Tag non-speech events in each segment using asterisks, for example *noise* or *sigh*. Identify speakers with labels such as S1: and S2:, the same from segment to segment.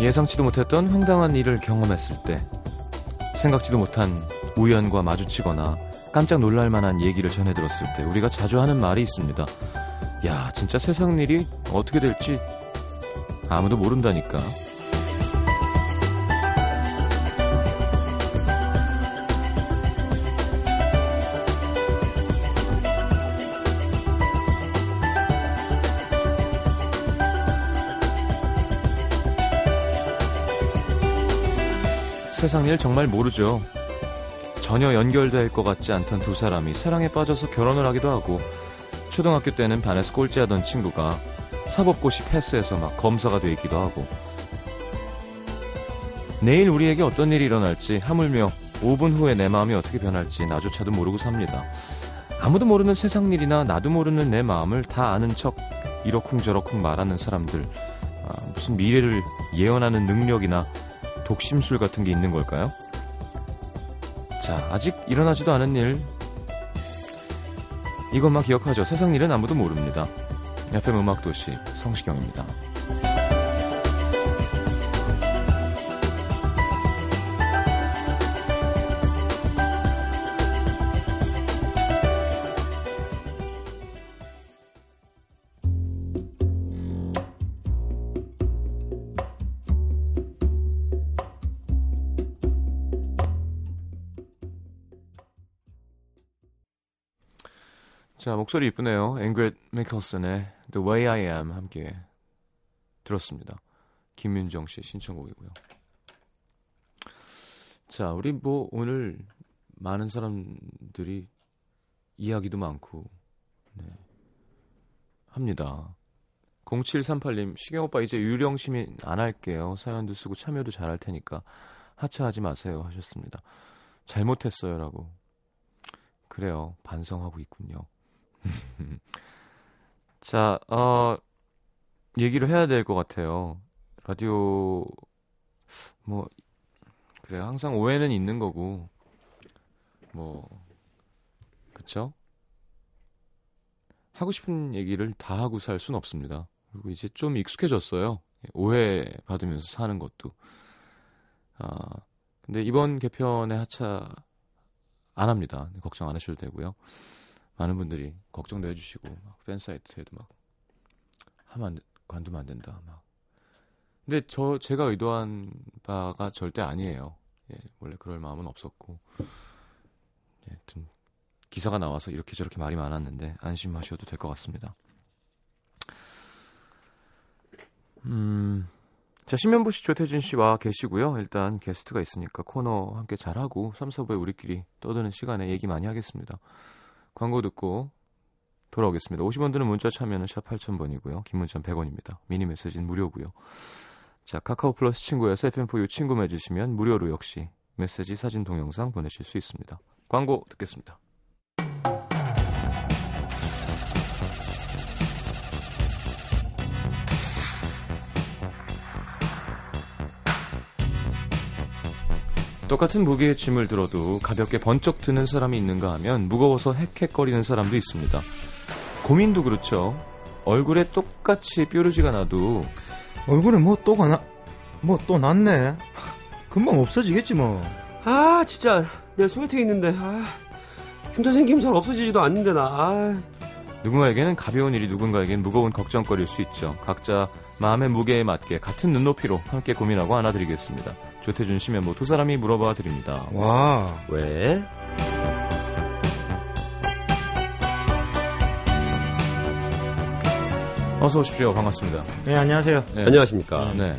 S1: 예상치도 못했던 황당한 일을 경험했을 때 생각지도 못한 우연과 마주치거나 깜짝 놀랄 만한 얘기를 전해 들었을 때 우리가 자주 하는 말이 있습니다. 야, 진짜 세상 일이 어떻게 될지 아무도 모른다니까. 세상 일 정말 모르죠. 전혀 연결될 것 같지 않던 두 사람이 사랑에 빠져서 결혼을 하기도 하고 초등학교 때는 반에서 꼴찌하던 친구가 사법고시 패스해서 막 검사가 돼 있기도 하고 내일 우리에게 어떤 일이 일어날지 하물며 5분 후에 내 마음이 어떻게 변할지 나조차도 모르고 삽니다. 아무도 모르는 세상 일이나 나도 모르는 내 마음을 다 아는 척 이러쿵저러쿵 말하는 사람들 아, 무슨 미래를 예언하는 능력이나 독심술 같은 게 있는 걸까요? 자, 아직 일어나지도 않은 일. 이것만 기억하죠. 세상 일은 아무도 모릅니다. FM 음악도시 성시경입니다. 자, 목소리 이쁘네요. 앵그렛 메이컬슨의 The Way I Am 함께 들었습니다. 김윤정 씨의 신청곡이고요. 자, 우리 뭐 오늘 많은 사람들이 이야기도 많고 네, 합니다. 0738님, 시경 오빠 이제 유령 시민 안 할게요. 사연도 쓰고 참여도 잘 할 테니까 하차하지 마세요 하셨습니다. 잘못했어요라고. 그래요. 반성하고 있군요. 자, 어, 얘기를 해야 될 것 같아요. 라디오, 뭐, 그래, 항상 오해는 있는 거고, 뭐, 그쵸? 하고 싶은 얘기를 다 하고 살 순 없습니다. 그리고 이제 좀 익숙해졌어요. 오해 받으면서 사는 것도. 아, 근데 이번 개편에 하차 안 합니다. 걱정 안 하셔도 되고요. 많은 분들이 걱정도 해주시고 막 팬 사이트에도 막 하면 안 돼- 관두면 안 된다 막 근데 저 제가 의도한 바가 절대 아니에요 예, 원래 그럴 마음은 없었고 예, 좀 기사가 나와서 이렇게 저렇게 말이 많았는데 안심하셔도 될 것 같습니다 음자 신면부 씨 조태진 씨와 계시고요 일단 게스트가 있으니까 코너 함께 잘하고 3, 4부에 우리끼리 떠드는 시간에 얘기 많이 하겠습니다 광고 듣고 돌아오겠습니다. 50원 드는 문자 참여는 샵 8000번이고요. 긴 문자는 100원입니다. 미니 메시지는 무료고요. 자, 카카오 플러스 친구에서 FM4U 친구 맺으시면 무료로 역시 메시지, 사진, 동영상 보내실 수 있습니다. 광고 듣겠습니다. 똑같은 무게의 짐을 들어도 가볍게 번쩍 드는 사람이 있는가 하면 무거워서 헥헥거리는 사람도 있습니다. 고민도 그렇죠. 얼굴에 똑같이 뾰루지가 나도
S2: 얼굴에 뭐 또가 나, 뭐 또 났네. 금방 없어지겠지 뭐.
S3: 아 진짜 내일 소개팅 있는데 아, 흉터 생기면 잘 없어지지도 않는데 나 아,
S1: 누군가에게는 가벼운 일이 누군가에겐 무거운 걱정거리일 수 있죠. 각자 마음의 무게에 맞게 같은 눈높이로 함께 고민하고 안아드리겠습니다. 조태준 씨면모 두 사람이 물어봐 드립니다.
S2: 와,
S3: 왜?
S1: 어서 오십시오. 반갑습니다.
S2: 네 안녕하세요.
S1: 네.
S3: 안녕하십니까
S1: 네.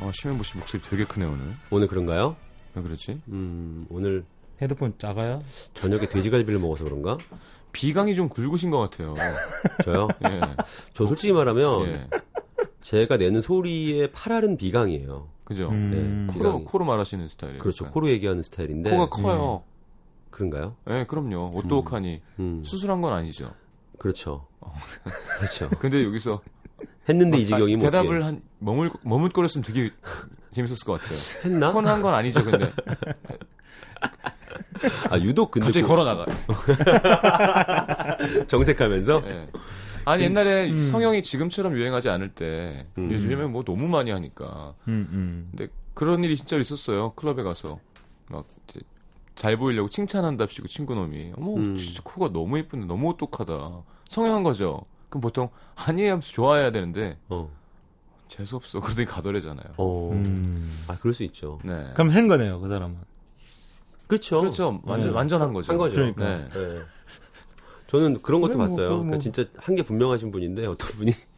S1: 어, 심현보 씨 목소리 되게 크네요, 오늘.
S3: 오늘 그런가요?
S1: 왜 그러지?
S3: 음 오늘
S2: 헤드폰 작아요?
S3: 저녁에 돼지갈비를 먹어서 그런가?
S1: 비강이 좀 굵으신 것 같아요.
S3: *laughs* 저요?
S1: 예.
S3: 저 솔직히 말하면
S1: 예.
S3: 제가 내는 소리의 파라른 비강이에요
S1: 그죠?
S2: 음.
S3: 네.
S1: 코로,
S3: 비강이.
S1: 코로 말하시는 스타일이에요.
S3: 그렇죠
S1: 그러니까.
S3: 코로 얘기하는 스타일인데
S1: 코가 커요.
S3: 그런가요?
S1: 예, 그럼요. 오똑하니.
S3: 음
S1: 수술한 건 아니죠.
S3: 그렇죠 *laughs* 그렇죠
S1: 근데 여기서
S3: 했는데 이 지경이 뭐
S1: 대답을 한 머물 머뭇거렸으면 되게 *laughs* 재밌었을 것 같아요.
S3: 어떻게 했나?
S1: 폰한 건 아니죠,
S3: *laughs*
S1: 근데
S3: 아 유독 근데
S1: 갑자기
S3: 그- *laughs*
S1: 걸어 나가.
S3: 정색하면서
S1: 예. 아니 옛날에
S2: 음.
S1: 성형이 지금처럼 유행하지 않을 때
S3: 음.
S1: 요즘에 뭐 너무 많이 하니까
S2: 음, 음.
S1: 근데 그런 일이 진짜 있었어요. 클럽에 가서 막 이제 잘 보이려고 칭찬한답시고 친구 놈이 어머
S3: 음.
S1: 진짜 코가 너무 예쁜데 너무 똑똑하다. 성형한 거죠. 그럼 보통 아니에요 하면서 좋아해야 되는데
S3: 어.
S1: 재수 없어. *laughs* 그러더니 가더래잖아요.
S3: 어.
S2: 음.
S3: 아, 그럴 수 있죠.
S1: 네.
S2: 그럼 한 거네요, 그 사람은.
S3: 그렇죠.
S1: 그렇죠. 완전
S2: 네.
S1: 완전한 거죠.
S3: 한 거죠.
S2: 그러니까.
S1: 네.
S3: 예. 저는 그런 것도
S2: 그래, 뭐,
S3: 봤어요.
S2: 그건 뭐.
S3: 그러니까 진짜 한 게 분명하신 분인데 어떤 분이 *laughs*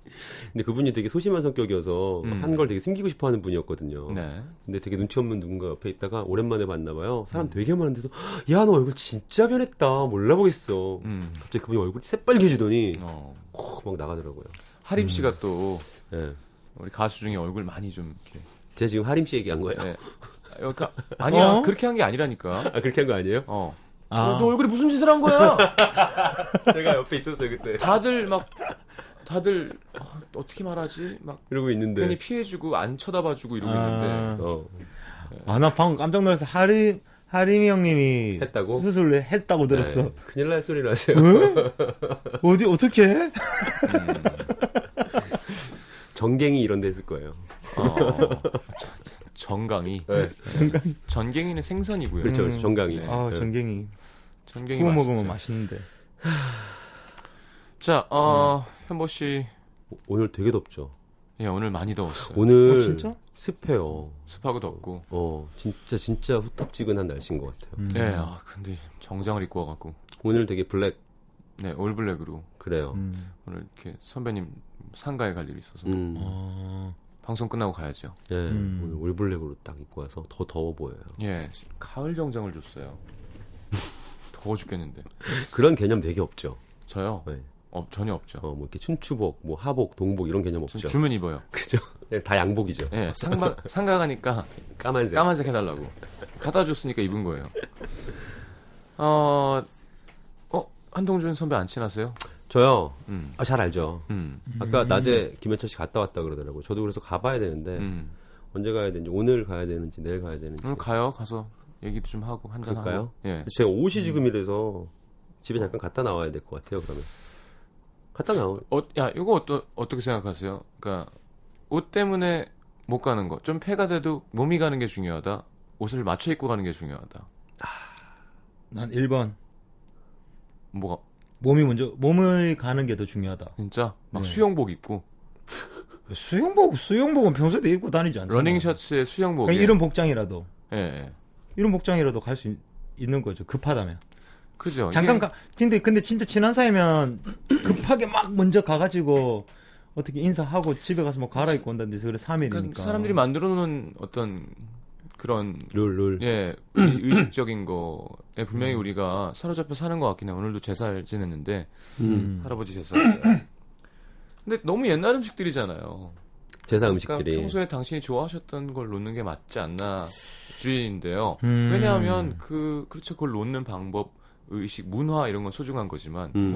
S3: 근데 그분이 되게 소심한 성격이어서
S1: 음.
S3: 한 걸 되게 숨기고 싶어하는 분이었거든요.
S1: 네.
S3: 근데 되게 눈치 없는 누군가 옆에 있다가 오랜만에 만나 봐요. 사람 되게 많은데서 야 너 얼굴 진짜 변했다. 몰라보겠어.
S1: 음.
S3: 갑자기 그분이 얼굴이 새빨개지더니
S1: 어.
S3: 콕 막 나가더라고요.
S1: 하림 씨가 또
S3: 예.
S1: 우리 가수 중에 얼굴 많이 좀 이렇게.
S3: 제가 지금 하림 씨 얘기한 거예요. *laughs*
S1: 네. 그러니까 *laughs* 아니야
S2: 아, 어?
S1: 그렇게 한 게 아니라니까.
S3: 아 그렇게 한 거 아니에요? *laughs*
S1: 어.
S2: 아,
S1: 너 얼굴이 무슨 짓을 한 거야?
S3: 제가 옆에 있었어요 그때.
S1: 다들 막 다들 어, 어떻게 말하지? 막
S3: 이러고 있는데.
S1: 괜히 피해주고 안 쳐다봐주고 이러고
S2: 아,
S1: 있는데
S3: 어.
S2: 아, 나 방금 깜짝 놀라서 하림, 하림이 형님이.
S3: 했다고?
S2: 수술을 했다고 들었어.
S3: 네. 큰일 날 소리를 하세요.
S2: 어디, 어떻게 해?
S3: *laughs* 정갱이 이런 데 했을 거예요.
S1: 어, 자, 정강이
S3: 네.
S1: 전갱이는 생선이고요.
S3: 그렇죠, 그렇죠. 정강이.
S1: 네.
S2: 아,
S3: 예.
S2: 전갱이.
S1: 전갱이
S2: 구워 먹으면
S1: 맛있죠.
S2: 맛있는데.
S1: 자,
S2: 음.
S1: 어, 현보 씨
S3: 오늘 되게 덥죠.
S1: 예, 오늘 많이 더웠어요.
S3: 오늘
S2: 어, 진짜?
S3: 습해요.
S1: 습하고 덥고.
S3: 어, 진짜 진짜 후텁지근한 날씨인 것 같아요.
S2: 음.
S1: 예, 아, 근데 정장을 입고 와갖고
S3: 오늘 되게 블랙
S1: 네 올블랙으로
S3: 그래요.
S2: 음.
S1: 오늘 이렇게 선배님 상가에 갈 일이 있어서
S3: 음.
S2: 어,
S1: 방송 끝나고 가야죠.
S3: 예,
S2: 음.
S3: 오늘 올블랙으로 딱 입고 와서 더 더워 보여요.
S1: 예, 가을 정장을 줬어요. *laughs* 더워 죽겠는데.
S3: 그런 개념 되게 없죠.
S1: 저요?
S3: 네.
S1: 어, 전혀 없죠.
S3: 어, 뭐 이렇게 춘추복, 뭐 하복, 동복 이런 개념
S1: 전
S3: 없죠.
S1: 주문 입어요.
S3: 그죠? 네, 다 양복이죠.
S1: 예,
S3: *laughs*
S1: 상가 상가 가니까
S3: 까만색.
S1: 까만색 해달라고 갖다 줬으니까 입은 거예요. 어, 어 한동준 선배 안 친하세요?
S3: 저요.
S1: 음,
S3: 아, 잘 알죠.
S1: 음,
S3: 아까 낮에 김현철 씨 갔다 왔다 그러더라고요. 저도 그래서 가봐야 되는데
S1: 음.
S3: 언제 가야 되는지 오늘 가야 되는지 내일 가야 되는지.
S1: 오늘 가요. 가서 얘기도 좀 하고 한잔 하고.
S3: 그럴까요?
S1: 예.
S3: 근데 제 옷이 지금 이래서 집에 잠깐 갔다 나와야 될 것 같아요. 그러면 갔다 나오.
S1: 어, 야, 이거 어떠, 어떻게 생각하세요? 그러니까 옷 때문에 못 가는 거. 좀 폐가 돼도 몸이 가는 게 중요하다. 옷을 맞춰 입고 가는 게 중요하다.
S2: 난 1번.
S1: 뭐가
S2: 몸이 먼저, 몸을 가는 게 더 중요하다.
S1: 진짜 막
S2: 네.
S1: 수영복 입고
S2: 수영복, 수영복은 평소에도 입고 다니지 않잖아.
S1: 러닝 셔츠에 수영복.
S2: 그냥 그러니까 이런 복장이라도.
S1: 예, 예.
S2: 이런 복장이라도 갈 수 있는 거죠. 급하다면.
S1: 그죠. 이게-
S2: 잠깐 가. 근데 근데 진짜 친한 사이면 *clears throat* 급하게 막 먼저 가가지고 어떻게 인사하고 집에 가서 뭐 갈아입고 온다든지 그래 3일이니까.
S1: 그러니까 사람들이 만들어 놓은 어떤 그런
S3: 룰 룰.
S1: 예 의- 의식적인 거에 분명히 우리가 사로잡혀 사는 것 같긴 해요. 오늘도 제사를 지냈는데
S2: 음.
S3: 음.
S1: 할아버지 제사였어요. *clears throat* 근데 너무 옛날 음식들이잖아요.
S3: 제사
S1: 그러니까
S3: 음식들이.
S1: 평소에 당신이 좋아하셨던 걸 놓는 게 맞지 않나 주의인데요.
S2: 음.
S1: 왜냐하면 그 그렇죠 그걸 놓는 방법, 의식, 문화 이런 건 소중한 거지만
S3: 음.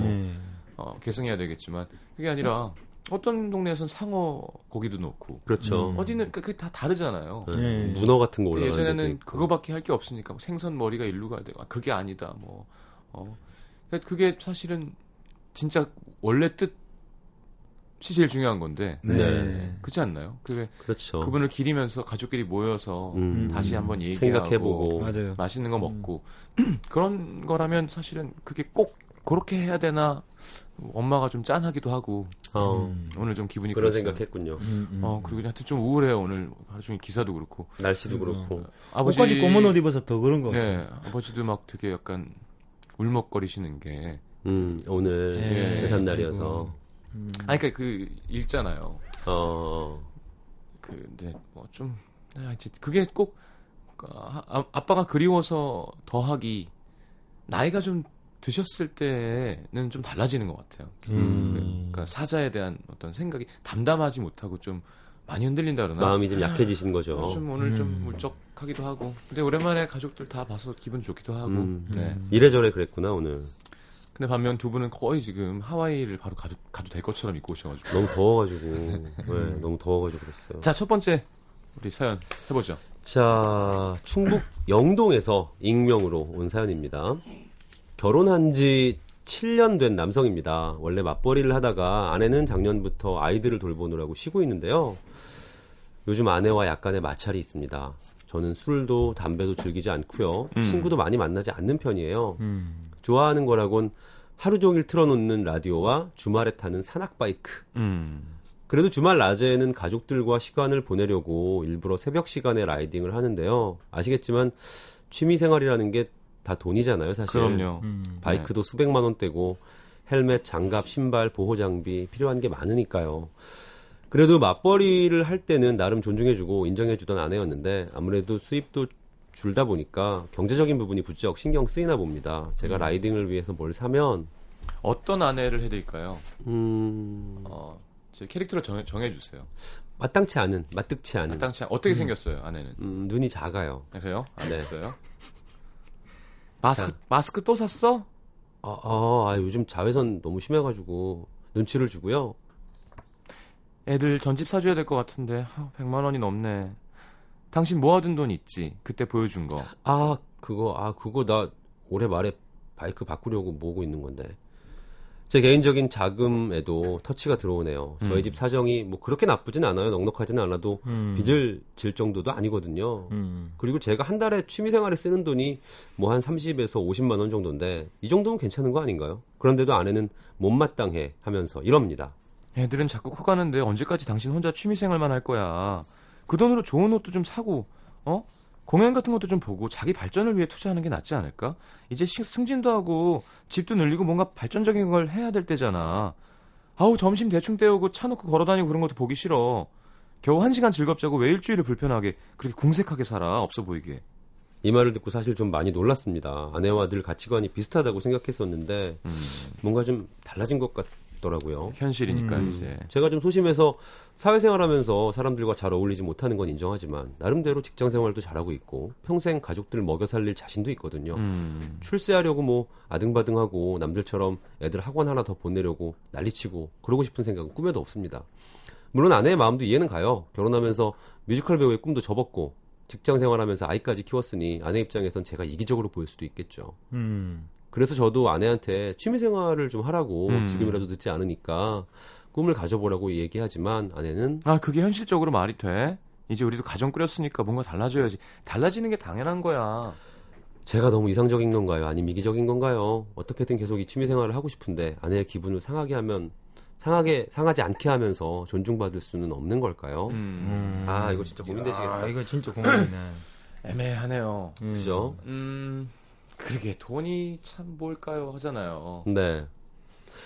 S2: 예.
S1: 어, 계승해야 되겠지만 그게 아니라 어떤 동네에선 상어 고기도 놓고
S3: 그렇죠.
S2: 음.
S1: 어디는 그- 그게 다 다르잖아요.
S3: 예,
S2: 예.
S3: 문어 같은 거
S1: 근데
S3: 올라가는 데도
S1: 예전에는
S3: 있고.
S1: 그거밖에 할 게 없으니까 뭐 생선 머리가 일로 가야 되고 아, 그게 아니다 뭐 어. 그러니까 그게 사실은 진짜 원래 뜻이 제일 중요한 건데
S2: 네.
S3: 네.
S1: 그렇지 않나요? 그게
S3: 그렇죠.
S1: 그분을 기리면서 가족끼리 모여서
S3: 음.
S1: 다시 한번 얘기하고 음.
S3: 생각해보고.
S2: 맞아요.
S1: 맛있는 거 먹고 *clears throat* 그런 거라면 사실은 그게 꼭 그렇게 해야 되나 엄마가 좀 짠하기도 하고
S3: 어,
S2: 음,
S1: 오늘 좀 기분이
S3: 그런
S1: 그랬어요.
S3: 생각했군요.
S2: 음, 음.
S1: 어 그리고 하여튼 좀 우울해요 오늘 하루 종일 기사도 그렇고
S3: 날씨도
S2: 그리고
S3: 그렇고.
S1: 아버지
S2: 옷까지 검은 옷 입어서 더 그런 거. 같아요.
S1: 네 아버지도 막 되게 약간 울먹거리시는 게
S3: 음, 오늘
S2: 네.
S1: 예.
S3: 제삿 날이어서.
S2: 음.
S1: 아니 그러니까 그 읽잖아요
S3: 어.
S1: 그 근데 뭐좀 이제 그게 꼭 아, 아, 아빠가 그리워서 더하기 나이가 좀 드셨을 때는 좀 달라지는 것 같아요. 그,
S2: 음.
S1: 그러니까 사자에 대한 어떤 생각이 담담하지 못하고 좀 많이 흔들린다 그러나
S3: 마음이 좀 약해지신 거죠.
S1: 좀 오늘
S2: 음.
S1: 좀 울적하기도 하고 근데 오랜만에 가족들 다 봐서 기분 좋기도 하고
S3: 음.
S1: 네.
S3: 이래저래 그랬구나, 오늘.
S1: 근데 반면 두 분은 거의 지금 하와이를 바로 가도, 가도 될 것처럼 입고 오셔가지고
S3: 너무
S1: *laughs*
S3: 더워가지고. 네, 너무 더워가지고 그랬어요.
S1: 자 첫 번째 우리 사연 해보죠
S3: 자, 충북 영동에서 익명으로 온 사연입니다. 결혼한 지 7년 된 남성입니다. 원래 맞벌이를 하다가 아내는 작년부터 아이들을 돌보느라고 쉬고 있는데요. 요즘 아내와 약간의 마찰이 있습니다. 저는 술도 담배도 즐기지 않고요.
S1: 음.
S3: 친구도 많이 만나지 않는 편이에요.
S2: 음.
S3: 좋아하는 거라곤 하루 종일 틀어놓는 라디오와 주말에 타는 산악바이크.
S1: 음.
S3: 그래도 주말 낮에는 가족들과 시간을 보내려고 일부러 새벽 시간에 라이딩을 하는데요. 아시겠지만 취미 생활이라는 게 다 돈이잖아요, 사실.
S1: 그럼요. 네.
S2: 음.
S3: 바이크도 수백만 원대고 헬멧, 장갑, 신발, 보호 장비 필요한 게 많으니까요. 그래도 맞벌이를 할 때는 나름 존중해주고 인정해주던 아내였는데 아무래도 수입도 줄다 보니까 경제적인 부분이 부쩍 신경 쓰이나 봅니다.
S1: 음.
S3: 제가 라이딩을 위해서 뭘 사면
S1: 어떤 아내를 해드릴까요?
S3: 음,
S1: 어, 제 캐릭터를 정, 정해주세요.
S3: 마땅치 않은, 마뜩치 않은
S1: 마땅치 않- 어떻게 생겼어요, 아내는?
S3: 음, 눈이 작아요.
S1: 그래요?
S3: 네.
S1: 알겠어요. 마스크, 마스크 또 샀어?
S3: 아, 아, 아, 요즘 자외선 너무 심해가지고 눈치를 주고요.
S1: 애들 전집 사줘야 될 것 같은데, 하, 100만 원이 넘네. 당신 모아둔 돈 있지? 그때 보여준 거.
S3: 아 그거 아 그거 나 올해 말에 바이크 바꾸려고 모으고 있는 건데 제 개인적인 자금에도 터치가 들어오네요. 저희
S1: 음.
S3: 집 사정이 뭐 그렇게 나쁘진 않아요. 넉넉하진 않아도
S2: 음.
S3: 빚을 질 정도도 아니거든요.
S2: 음.
S3: 그리고 제가 한 달에 취미생활에 쓰는 돈이 뭐 한 30에서 50만 원 정도인데 이 정도면 괜찮은 거 아닌가요? 그런데도 아내는 못마땅해 하면서 이럽니다.
S1: 애들은 자꾸 커가는데 언제까지 당신 혼자 취미생활만 할 거야. 그 돈으로 좋은 옷도 좀 사고, 어? 공연 같은 것도 좀 보고 자기 발전을 위해 투자하는 게 낫지 않을까? 이제 시- 승진도 하고 집도 늘리고 뭔가 발전적인 걸 해야 될 때잖아. 아우 점심 대충 때우고 차 놓고 걸어다니고 그런 것도 보기 싫어. 겨우 한 시간 즐겁자고 왜 일주일을 불편하게 그렇게 궁색하게 살아 없어 보이게.
S3: 이 말을 듣고 사실 좀 많이 놀랐습니다. 아내와 늘 가치관이 비슷하다고 생각했었는데 뭔가 좀 달라진 것 같더라고요.
S1: 현실이니까
S2: 음.
S1: 이제.
S3: 제가 좀 소심해서 사회생활하면서 사람들과 잘 어울리지 못하는 건 인정하지만 나름대로 직장 생활도 잘하고 있고 평생 가족들 먹여 살릴 자신도 있거든요.
S1: 음.
S3: 출세하려고 뭐 아등바등하고 남들처럼 애들 학원 하나 더 보내려고 난리치고 그러고 싶은 생각은 꿈에도 없습니다. 물론 아내의 마음도 이해는 가요. 결혼하면서 뮤지컬 배우의 꿈도 접었고 직장 생활하면서 아이까지 키웠으니 아내 입장에선 제가 이기적으로 보일 수도 있겠죠.
S2: 음.
S3: 그래서 저도 아내한테 취미 생활을 좀 하라고
S1: 음.
S3: 지금이라도 늦지 않으니까 꿈을 가져보라고 얘기하지만 아내는
S1: 아, 그게 현실적으로 말이 돼? 이제 우리도 가정 꾸렸으니까 뭔가 달라져야지. 달라지는 게 당연한 거야.
S3: 제가 너무 이상적인 건가요? 아니면 이기적인 건가요? 어떻게든 계속 이 취미 생활을 하고 싶은데 아내의 기분을 상하게 하면 상하게 상하지 않게 하면서 존중받을 수는 없는 걸까요?
S2: 음.
S3: 아, 이거 진짜 고민되시겠다.
S2: 아, 이거 진짜
S3: *laughs*
S2: 고민되네.
S1: 애매하네요.
S2: 음.
S3: 그죠?
S1: 음, 그러게 돈이 참 뭘까요 하잖아요.
S3: 네.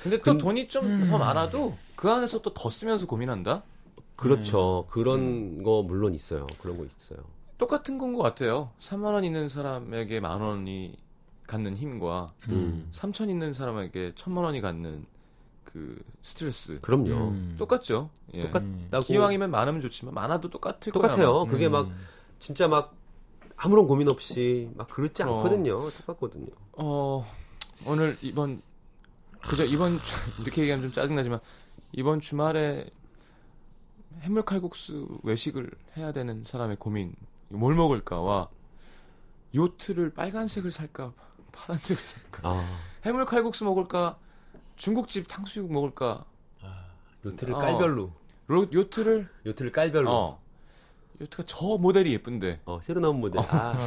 S1: 근데 또 돈이 좀 더 많아도 그 안에서 또 더 쓰면서 고민한다?
S3: 그렇죠. 그런 거 물론 있어요. 그런 거 있어요.
S1: 똑같은 건 것 같아요. 3만 원 있는 사람에게 만 원이 갖는 힘과
S3: 음.
S1: 3천 있는 사람에게 천만 원이 갖는 그 스트레스
S3: 그럼요.
S2: 음.
S1: 똑같죠. 예.
S3: 똑같-
S2: 음.
S3: 따고
S1: 기왕이면 많으면 좋지만 많아도 똑같을 거야,
S3: 똑같아요.
S1: 아마.
S3: 어, 그게 막
S2: 음.
S3: 진짜 막 아무런 고민 없이 막 그렇지
S1: 그럼.
S3: 않거든요. 똑같거든요.
S1: 어, 오늘 이번 그저 이번 주- *laughs* 이렇게 얘기하면 좀 짜증나지만 이번 주말에 해물 칼국수 외식을 해야 되는 사람의 고민 뭘 먹을까와 요트를 빨간색을 살까 파란색을 살까
S3: 아,
S1: 해물 칼국수 먹을까 중국집 탕수육 먹을까
S3: 요트를
S1: 어.
S3: 깔별로.
S1: 로, 요트를
S3: 요트를 깔별로. 어,
S1: 어 요트가 저 모델이 예쁜데 *laughs*
S3: 새로 나온 모델. 아,
S2: 아,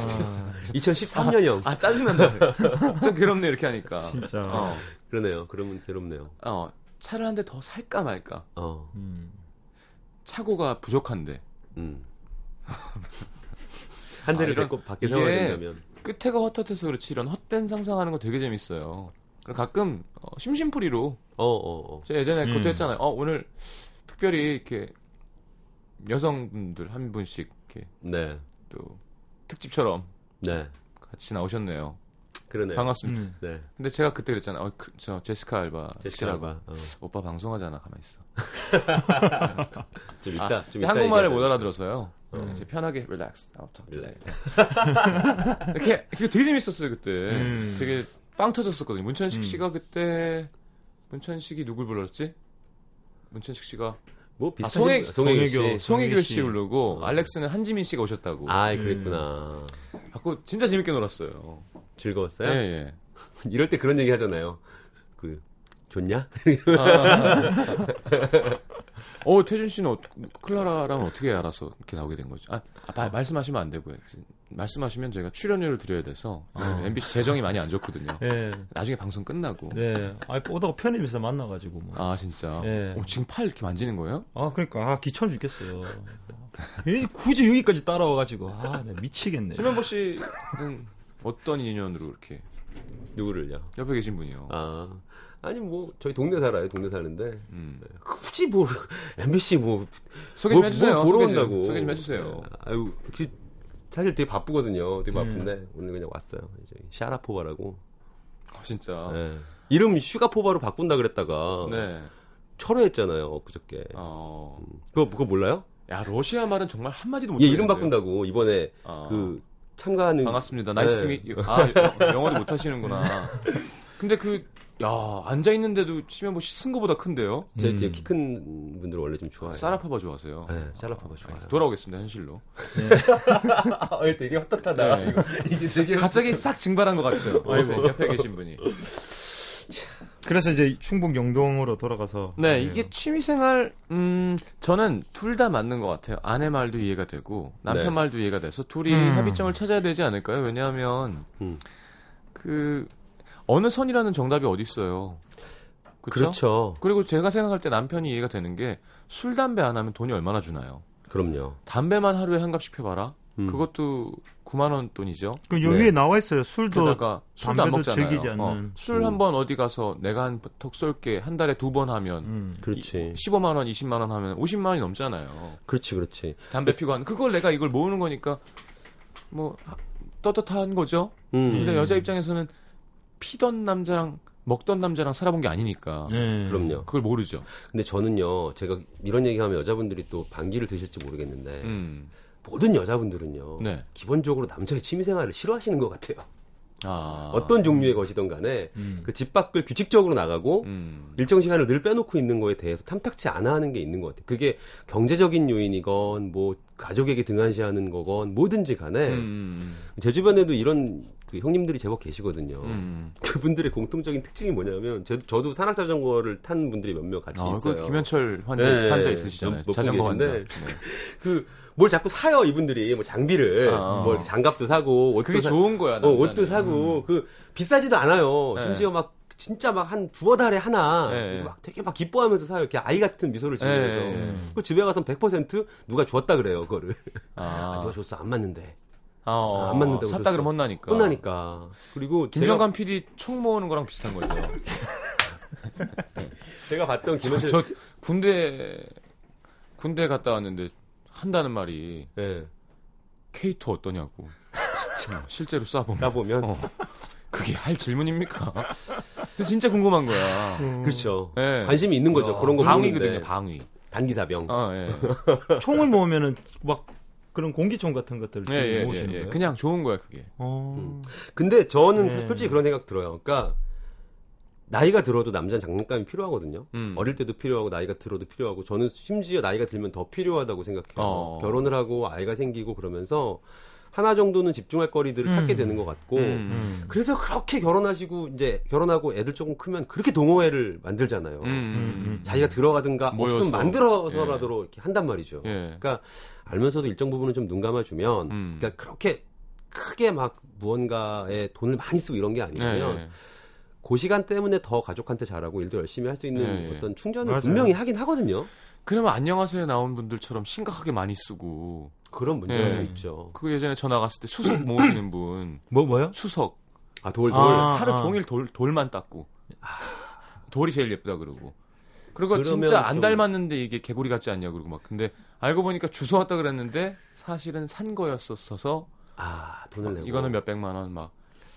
S3: 2013년형.
S1: 아 짜증난다 좀 괴롭네 이렇게 하니까
S2: 진짜.
S1: 어,
S3: 그러네요. 그러면 괴롭네요.
S1: 어 차를 한 대 더 살까 말까
S3: 어,
S2: 음.
S1: 차고가 부족한데 *laughs*
S3: 음. 한
S1: 아,
S3: 대를
S1: 이런-
S3: 데리고 밖에
S1: 이게-
S3: 세워야 된다면.
S1: 끝에가 헛헛해서 그렇지 이런 헛된 상상하는 거 되게 재밌어요. 그리고 가끔 어, 심심풀이로
S3: 어, 어, 어.
S1: 제가 예전에
S2: 음.
S1: 그것도 했잖아요. 어, 오늘 특별히 이렇게 여성분들 한 분씩 이렇게
S3: 네.
S1: 또 특집처럼
S3: 네.
S1: 같이 나오셨네요.
S3: 그러네요.
S1: 반갑습니다.
S2: 음.
S3: 네.
S1: 근데 제가 그때 그랬잖아요. 어, 그, 저 제시카 알바
S3: 제시카라고. 어.
S1: 오빠 방송하잖아. 가만 있어.
S3: 좀 이따,
S1: 아,
S3: 좀
S1: 이제
S3: 이따.
S1: 한국말을
S3: 얘기하자.
S1: 못 알아들어서요. 네,
S3: 어.
S1: 이제 편하게 릴렉스. 아, 저-
S3: 릴렉스.
S1: *laughs* 이렇게 이게 되게 재밌었어요 그때.
S2: 음.
S1: 되게 빵 터졌었거든요. 문천식
S2: 음.
S1: 씨가 그때 문천식이 누굴 불렀지? 문천식 씨가
S3: 뭐
S1: 아,
S3: 비슷한
S1: 송혜-
S3: 송혜교
S2: 송혜교.
S3: 씨.
S1: 송혜교
S2: 송혜교
S1: 씨
S2: 씨.
S1: 부르고
S3: 어.
S1: 알렉스는 한지민 씨가 오셨다고. 아,
S3: 아, 그랬구나.
S1: 갖고 진짜 재밌게 놀았어요. 네.
S3: *laughs* 즐거웠어요?
S1: 예예.
S3: 이럴 때 그런 얘기 하잖아요. 그 좋냐?
S1: 어, 태준 씨는 어, 클라라랑 어떻게 알아서 이렇게 나오게 된 거죠? 아, 아, 마- 말씀하시면 안 되고요. 말씀하시면 저희가 출연료를 드려야 돼서
S3: 아.
S1: MBC 재정이 많이 안 좋거든요.
S2: 예.
S1: 나중에 방송 끝나고.
S3: 네.
S2: 예. 아, 오다가 편의점에서 만나가지고 뭐.
S1: 아, 진짜.
S2: 예.
S1: 어, 지금 팔 이렇게 만지는 거예요?
S2: 아, 그러니까 아 귀찮아 죽겠어요. 예, 굳이 여기까지 따라와가지고 아, 나 미치겠네.
S1: 심현보 씨는 어떤 인연으로 이렇게
S3: 누구를요?
S1: 옆에 계신 분이요?
S3: 아 아니 뭐 저희 동네 살아요. 동네 사는데
S1: 음.
S3: 굳이 뭐 MBC 뭐
S1: 소개 좀
S3: 뭐-
S1: 해주세요.
S3: 뭐 보러
S1: 소개 좀,
S3: 온다고.
S1: 소개 좀 해주세요. 음.
S3: 네. 아유, 혹시 사실 되게 바쁘거든요. 되게 바쁜데 오늘 그냥 왔어요. 이제 샤라포바라고.
S1: 아, 진짜. 네.
S3: 네. 이름 슈가포바로 바꾼다 그랬다가 철회했잖아요. 엊그저께.
S1: 어,
S3: 그거 그거 몰라요?
S1: 야, 러시아 말은 정말 한마디도 못
S3: 얘 이름
S1: 하겠는데요.
S3: 바꾼다고 이번에
S1: 아.
S3: 그 참가하는
S1: 반갑습니다.
S3: 네.
S1: 나이스 미. 아 여- 영어도 못 하시는구나. 근데 그 야 앉아 있는데도 치면 뭐쓴 거보다 큰데요.
S3: 제,
S2: 음.
S3: 제키큰 분들 원래 좀 좋아해요.
S1: 사라파바 좋아하세요.
S3: 네, 사라파바 좋아요.
S1: 알겠습니다. 돌아오겠습니다 현실로.
S3: 아, *laughs* 어, 되게 헛헛하다.
S1: 네.
S3: 이거. 이게 되게
S1: 갑자기 싹 증발한 것 같죠. 네, 옆에, 옆에 계신 분이.
S2: 그래서 이제 충북 영동으로 돌아가서
S1: 네 이게 취미생활 음 저는 둘 다 맞는 것 같아요. 아내 말도 이해가 되고 남편
S3: 네.
S1: 말도 이해가 돼서 둘이
S2: 음.
S1: 합의점을 찾아야 되지 않을까요? 왜냐하면
S3: 음.
S1: 그 어느 선이라는 정답이 어디 있어요. 그렇죠.
S3: 그렇죠.
S1: 그리고 제가 생각할 때 남편이 이해가 되는 게 술 담배 안 하면 돈이 얼마나 주나요?
S3: 그럼요.
S1: 담배만 하루에 한 갑씩 펴봐라.
S3: 음.
S1: 그것도 9만 원 돈이죠.
S2: 그 여기
S3: 네.
S2: 에 나와 있어요. 술도
S1: 게다가 술도 안
S2: 담배도
S1: 먹잖아요.
S2: 즐기지 않는.
S1: 어, 술
S3: 음.
S1: 한 번 어디 가서 내가 한 턱 쏠게 한 달에 두 번 하면
S2: 음.
S3: 그렇지.
S1: 15만 원, 20만 원 하면 50만 원이 넘잖아요.
S3: 그렇지, 그렇지.
S1: 담배 피고 하는 그걸 내가 이걸 모으는 거니까 뭐 하- 떳떳한 거죠.
S3: 음,
S1: 근데
S2: 음.
S1: 여자 입장에서는 피던 남자랑 먹던 남자랑 살아본 게 아니니까
S3: 음.
S2: 예.
S3: 그럼요.
S1: 그걸 모르죠.
S3: 근데 저는요, 제가 이런 얘기하면 여자분들이 또 반기를 드실지 모르겠는데
S1: 음.
S3: 모든 여자분들은요,
S1: 네.
S3: 기본적으로 남자의 취미생활을 싫어하시는 것 같아요.
S1: 아.
S3: 어떤 종류의 것이든 간에
S2: 음.
S3: 그 집 밖을 규칙적으로 나가고
S1: 음.
S3: 일정 시간을 늘 빼놓고 있는 거에 대해서 탐탁치 않아 하는 게 있는 것 같아요. 그게 경제적인 요인이건 뭐 가족에게 등한시하는 거건 뭐든지 간에
S1: 음.
S3: 제 주변에도 이런 그 형님들이 제법 계시거든요.
S1: 음.
S3: *laughs* 그분들의 공통적인 특징이 뭐냐면 제- 저도 산악자전거를 탄 분들이 몇 명 같이
S1: 아, 그
S3: 있어요.
S1: 김현철 환자
S3: 네,
S1: 환자
S3: 네.
S1: 있으시잖아요.
S3: 몇- 몇분
S1: 자전거 환자.
S3: 계신데.
S1: 네.
S3: 그 뭘 자꾸 사요 이분들이 뭐 장비를
S1: 아.
S3: 뭐 이렇게 장갑도 사고 옷도
S1: 그게
S3: 사,
S1: 좋은 거야.
S3: 어,
S1: 아, 남자는.
S3: 옷도 사고
S1: 음.
S3: 그 비싸지도 않아요.
S1: 네.
S3: 심지어 막 진짜 막 한 두어 달에 하나
S1: 네.
S3: 막 되게 막 기뻐하면서 사요. 이렇게 아이 같은 미소를 지으면서
S1: 네.
S3: 그 집에 가서 100% 누가 줬다 그래요 그거를
S1: 아,
S3: 아, 누가 줬어 안 맞는데
S1: 아, 어,
S3: 아, 안 맞는다고
S1: 샀다
S3: 그랬어.
S1: 그러면 혼나니까.
S3: 혼나니까 그리고 제가,
S1: 김정관 PD 총 모으는 거랑 비슷한 거죠.
S3: 제가 봤던
S1: 아, 저,
S3: 김현철
S1: 저 군대 군대 갔다 왔는데 한다는 말이
S3: 예.
S1: 케이토 어떠냐고. 어, 실제로 쏴보면.
S3: 까보면
S1: 어. 그게 할 질문입니까? 근데 진짜 궁금한 거야.
S3: 그렇죠
S1: 네.
S3: 관심이 있는 거죠 그런 거
S1: 방위거든요,
S3: 보는데
S1: 방위.
S3: 단기사병
S1: 아, 예.
S2: 총을 모으면은 막 그런 공기총 같은 것들을
S1: 예,
S2: 지금
S1: 예, 예,
S2: 모으시는
S1: 예.
S2: 거예요.
S1: 그냥 음. 좋은 거야, 그게.
S2: 어.
S3: 근데 저는
S1: 예.
S2: 네.
S3: 솔직히 그런 생각 들어요. 그러니까 나이가 들어도 남자는 장난감이 필요하거든요.
S1: 음.
S3: 어릴 때도 필요하고 나이가 들어도 필요하고 저는 심지어 나이가 들면 더 필요하다고 생각해요.
S1: 어.
S3: 결혼을 하고 아이가 생기고 그러면서 하나 정도는 집중할 거리들을 찾게 되는 것 같고
S1: 음.
S3: 그래서 그렇게 결혼하시고 이제 결혼하고 애들 조금 크면 그렇게 동호회를 만들잖아요.
S1: 음, 음,
S3: 자기가 들어가든가
S1: 모여서.
S3: 없으면 만들어서라도 이렇게 한단 말이죠.
S1: 음. 예.
S3: 그러니까 알면서도 일정 부분은 좀 눈감아주면
S1: 음.
S3: 그러니까 그렇게 크게 막 무언가에 돈을 많이 쓰고 이런 게 아니라면
S1: 예, 예.
S3: 그 시간 때문에 더 가족한테 잘하고 일도 열심히 할 수 있는
S1: 예, 예.
S3: 어떤 충전을
S2: 맞아요.
S3: 분명히 하긴 하거든요.
S1: 그러면 안녕하세요 나온 분들처럼 심각하게 많이 쓰고
S3: 그런 문제가
S1: 예.
S3: 좀 있죠.
S1: 그 예전에 전화 갔을 때 수석 모으시는 분
S2: 뭐 뭐요?
S1: 수석
S3: 아 돌 돌.
S2: 아.
S1: 하루 종일 돌 돌만 닦고 돌이 제일 예쁘다 그러고 그리고
S3: 그러면
S1: 진짜 안
S3: 좀-
S1: 닮았는데 이게 개구리 같지 않냐 그러고 막 근데 알고 보니까 주워 왔다 그랬는데 사실은 산 거였었어서
S3: 아 돈을
S1: 막
S3: 내고.
S1: 이거는 몇 백만 원막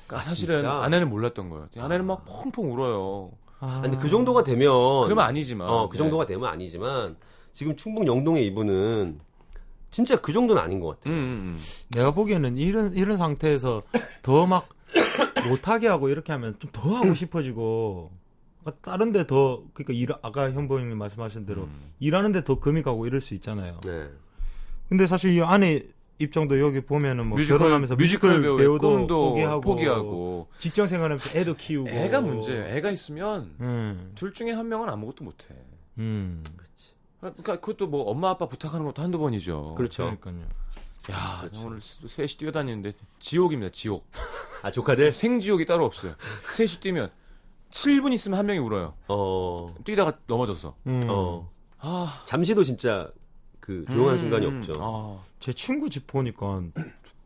S1: 그러니까
S3: 아,
S1: 사실은
S3: 진짜?
S1: 아내는 몰랐던 거예요 아내는 막 펑펑 울어요
S2: 아.
S3: 아, 근데 그 정도가 되면
S1: 그러면 아니지만
S3: 어, 그
S1: 예.
S3: 정도가 되면 아니지만 지금 충북 영동의 이분은 진짜 그 정도는 아닌 것 같아요.
S1: 음, 음, 음.
S2: 내가 보기에는 이런 이런 상태에서 더 막 *coughs* 못하게 하고 이렇게 하면 좀 더
S1: *coughs*
S2: 하고 싶어지고 그러니까 다른데 더 그러니까 일 아까 현보님이
S1: 음.
S2: 뭐 말씀하신 대로 일하는데 더 금이 가고 이럴 수 있잖아요.
S3: 네.
S2: 근데 사실 이 안에 입장도 여기 보면은 뭐
S1: 뮤지컬
S2: 결혼하면서 뮤지컬,
S1: 배우의
S2: 배우도
S1: 꿈도
S2: 포기하고,
S1: 포기하고.
S2: 직장 생활하면서 애도 키우고
S1: 애가 문제예요. 애가 있으면
S2: 음,
S1: 둘 중에 한 명은 아무것도 못해.
S2: 음,
S1: 그러니까 그것도 뭐 엄마 아빠 부탁하는 것도 한두 번이죠.
S3: 그렇죠.
S2: 그러니까요.
S1: 야 오늘 또 셋이 뛰어다니는데 지옥입니다. 지옥. 네,
S3: 아 조카들.
S1: 음. 생지옥이 따로 없어요. 셋이 뛰면 7분 있으면 한 명이 울어요.
S3: 어.
S1: 뛰다가 넘어졌어.
S2: 음.
S3: 어.
S1: 아
S3: 잠시도 진짜 그 조용한 순간이
S1: 음,
S3: 없죠.
S1: 아,
S2: 제 친구 집 보니까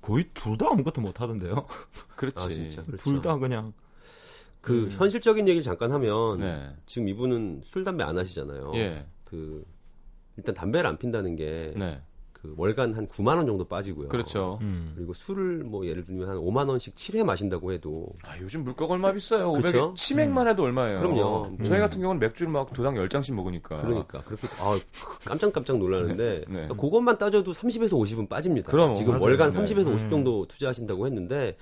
S2: 거의 둘 다 아무것도 못 하던데요. *laughs*
S1: 그렇지.
S3: 아, 진짜. 그렇죠.
S2: 둘 다 그냥
S3: 그
S2: 음.
S3: 현실적인 얘기를 잠깐 하면
S1: 네.
S3: 지금 이분은 술 담배 안 하시잖아요.
S1: 예.
S3: 그 일단 담배를 안 핀다는 게 그
S1: 네.
S3: 월간 한 9만 원 정도 빠지고요.
S1: 그렇죠.
S2: 음.
S3: 그리고 술을 뭐 예를 들면 한 5만 원씩 7회 마신다고 해도
S1: 아, 요즘 물가가 얼마 비싸요.
S3: 그쵸?
S1: 500에 치맥만 해도 얼마예요.
S3: 그렇죠? 음. 그럼요.
S1: 저희
S2: 음.
S1: 같은 경우는 맥주를 막 도당 10장씩 먹으니까.
S3: 그러니까 그렇게 아 깜짝깜짝 놀라는데
S1: 네.
S3: 그러니까 그것만 따져도 30에서 50은 빠집니다.
S1: 그럼,
S3: 지금
S1: 맞아요.
S3: 월간
S1: 네.
S3: 30에서
S2: 음.
S3: 50 정도 투자하신다고 했는데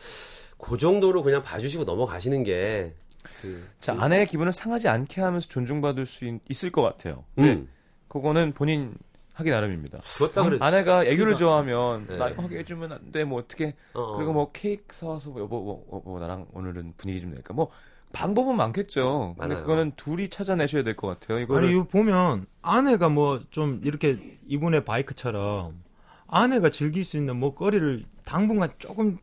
S3: 그 정도로 그냥 봐주시고 넘어가시는 게 그,
S1: 자, 아내의 기분을 상하지 않게 하면서 존중받을 수 있, 을것 같아요. 근데
S3: 음,
S1: 그거는 본인 하기 나름입니다.
S3: 그렇다 그래.
S1: 아내가 애교를 좋아하면
S3: 네.
S1: 나 이거 하게 해주면 안 돼. 뭐 어떻게
S3: 어,
S1: 그리고 뭐 케이크 사와서 뭐 여보 뭐, 뭐, 뭐 나랑 오늘은 분위기 좀 낼까 뭐 방법은 많겠죠. 근데
S3: 많아요.
S1: 그거는 둘이 찾아내셔야 될 것 같아요. 이거를
S2: 아니 이거 보면 아내가 뭐 좀 이렇게 이분의 바이크처럼 아내가 즐길 수 있는 뭐 거리를 당분간 조금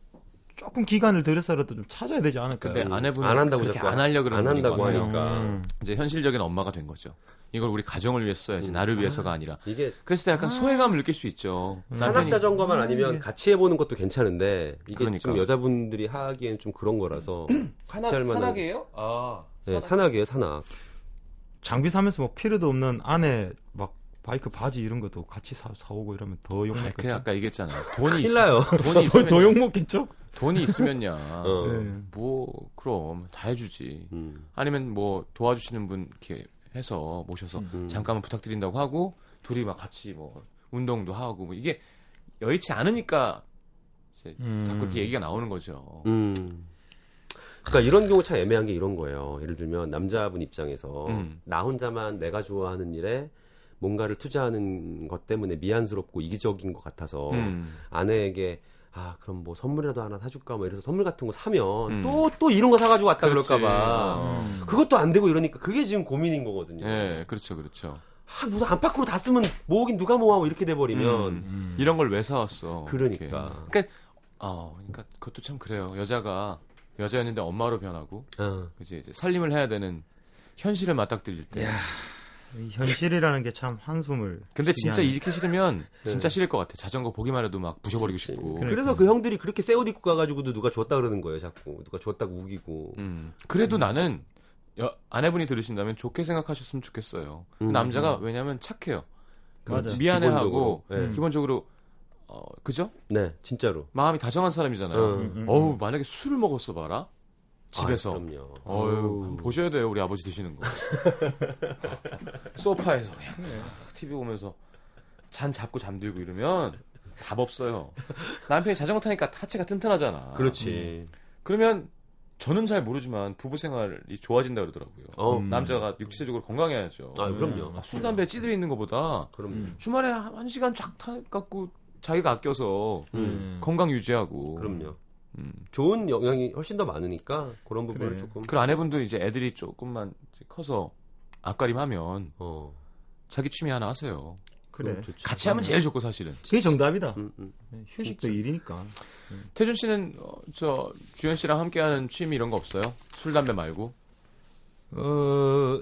S2: 조금 기간을 들여서라도 좀 찾아야 되지 않을까요?
S1: 근데 아내분은
S3: 음. 안 한다고
S1: 그렇게
S3: 자꾸
S1: 안 하려 그러는
S3: 안 한다고
S1: 분인 것 같아요.
S3: 하니까
S2: 음.
S1: 이제 현실적인 엄마가 된 거죠. 이걸 우리 가정을 위해 써야지 나를 위해서가 음. 아니라.
S3: 이게
S1: 그랬을 때 약간 소외감을 느낄 수 있죠.
S3: 산악
S1: 음. 남편이 음.
S3: 자전거만 아니면 같이 해보는 것도 괜찮은데 이게 좀
S1: 그러니까.
S3: 여자분들이 하기엔 좀 그런 거라서
S1: *clears throat*
S3: 같이 할 만한
S1: 산악이에요? 아그
S3: 네, 산악이에요 산악.
S2: 장비 사면서 뭐 필요도 없는 아내 막 바이크 바지 이런 것도 같이 사, 사오고 이러면 더
S1: 아니, 그
S2: *laughs* 욕먹겠죠.
S1: 아까 얘기했잖아요. 돈이 *laughs*
S3: 큰일 나요.
S1: 있- 돈이
S2: 더, 더
S1: 있으면
S2: 욕먹겠죠?
S1: 돈이 있으면야.
S3: *laughs* 어.
S2: 네.
S1: 뭐 그럼 다 해주지.
S3: 음.
S1: 아니면 뭐 도와주시는 분 이렇게 해서 모셔서
S3: 음.
S1: 잠깐만 부탁드린다고 하고 둘이 막 같이 뭐 운동도 하고 뭐 이게 여의치 않으니까 이제
S2: 음.
S1: 자꾸 이렇게 얘기가 나오는 거죠.
S3: 음. 그러니까 이런 경우 참 애매한 게 이런 거예요. 예를 들면 남자분 입장에서
S1: 음.
S3: 나 혼자만 내가 좋아하는 일에 뭔가를 투자하는 것 때문에 미안스럽고 이기적인 것 같아서
S1: 음.
S3: 아내에게 아 그럼 뭐 선물이라도 하나 사줄까 뭐 이래서 선물 같은 거 사면
S1: 음.
S3: 또 또 이런 거 사가지고 왔다
S1: 그렇지.
S3: 그럴까봐
S1: 어.
S3: 그것도 안 되고 이러니까 그게 지금 고민인 거거든요.
S1: 예, 그렇죠, 그렇죠.
S3: 아 무슨 안팎으로 다 쓰면 모으긴 누가 모아 뭐 이렇게 돼버리면
S1: 음. 이런 걸 왜 사왔어?
S3: 그러니까.
S1: 이렇게. 그러니까, 어, 그러니까 그것도 참 그래요. 여자가 여자였는데 엄마로 변하고,
S3: 어.
S1: 그지 이제 살림을 해야 되는 현실을 맞닥뜨릴 때.
S2: 이 현실이라는 게 참 한숨을.
S1: 근데
S2: 쉬게
S1: 진짜
S2: 하는.
S1: 이직기
S3: *laughs*
S1: 싫으면 진짜 싫을 것 같아. 자전거 보기만 해도 막 부셔버리고 싶고.
S2: 그래.
S3: 네. 그래서 그 형들이 그렇게 새 옷 입고 가가지고도 누가 줬다 그러는 거예요 자꾸 누가 줬다고 우기고
S1: 음. 그래도 나는 여- 아내분이 들으신다면 좋게 생각하셨으면 좋겠어요. 그
S3: 음.
S1: 남자가 왜냐면 착해요.
S2: 맞아.
S1: 미안해하고
S3: 기본적으로. 예.
S2: 음.
S1: 기본적으로 어, 그죠?
S3: 네, 진짜로.
S1: 마음이 다정한 사람이잖아요.
S3: 어.
S2: 음, 음.
S1: 어우 만약에 술을 먹었어 봐라
S3: 아,
S1: 집에서
S3: 그럼요.
S1: 어유
S2: 어우.
S1: 보셔야 돼요 우리 아버지 드시는 거
S3: *laughs*
S1: 소파에서 그냥 막 TV 보면서 잔 잡고 잠들고 이러면 답 없어요 남편이 자전거 타니까 하체가 튼튼하잖아 음.
S3: 그렇지.
S1: 그러면 저는 잘 모르지만 부부 생활이 좋아진다 그러더라고요
S3: 어,
S2: 음.
S1: 남자가 육체적으로 건강해야죠
S3: 아, 그럼요.
S2: 음.
S1: 술 담배 찌들이 있는 것보다
S3: 그럼
S2: 음.
S1: 주말에 한 한 시간 쫙 타 갖고 자기가 아껴서
S3: 음.
S2: 음.
S1: 건강 유지하고
S3: 그럼요.
S1: 음.
S3: 좋은 영향이 훨씬 더 많으니까 그런 부분을
S2: 그래.
S3: 조금
S1: 그 아내분도 이제 애들이 조금만 이제 커서 앞가림하면
S3: 어.
S1: 자기 취미 하나 하세요.
S2: 그래.
S3: 그럼 좋지.
S1: 같이 하면 제일 좋고 사실은.
S2: 그게 정답이다.
S3: 음, 음.
S2: 네, 휴식도 일이니까.
S1: 태준 씨는 어, 저 주현 씨랑 함께하는 취미 이런 거 없어요? 술 담배 말고
S2: 어,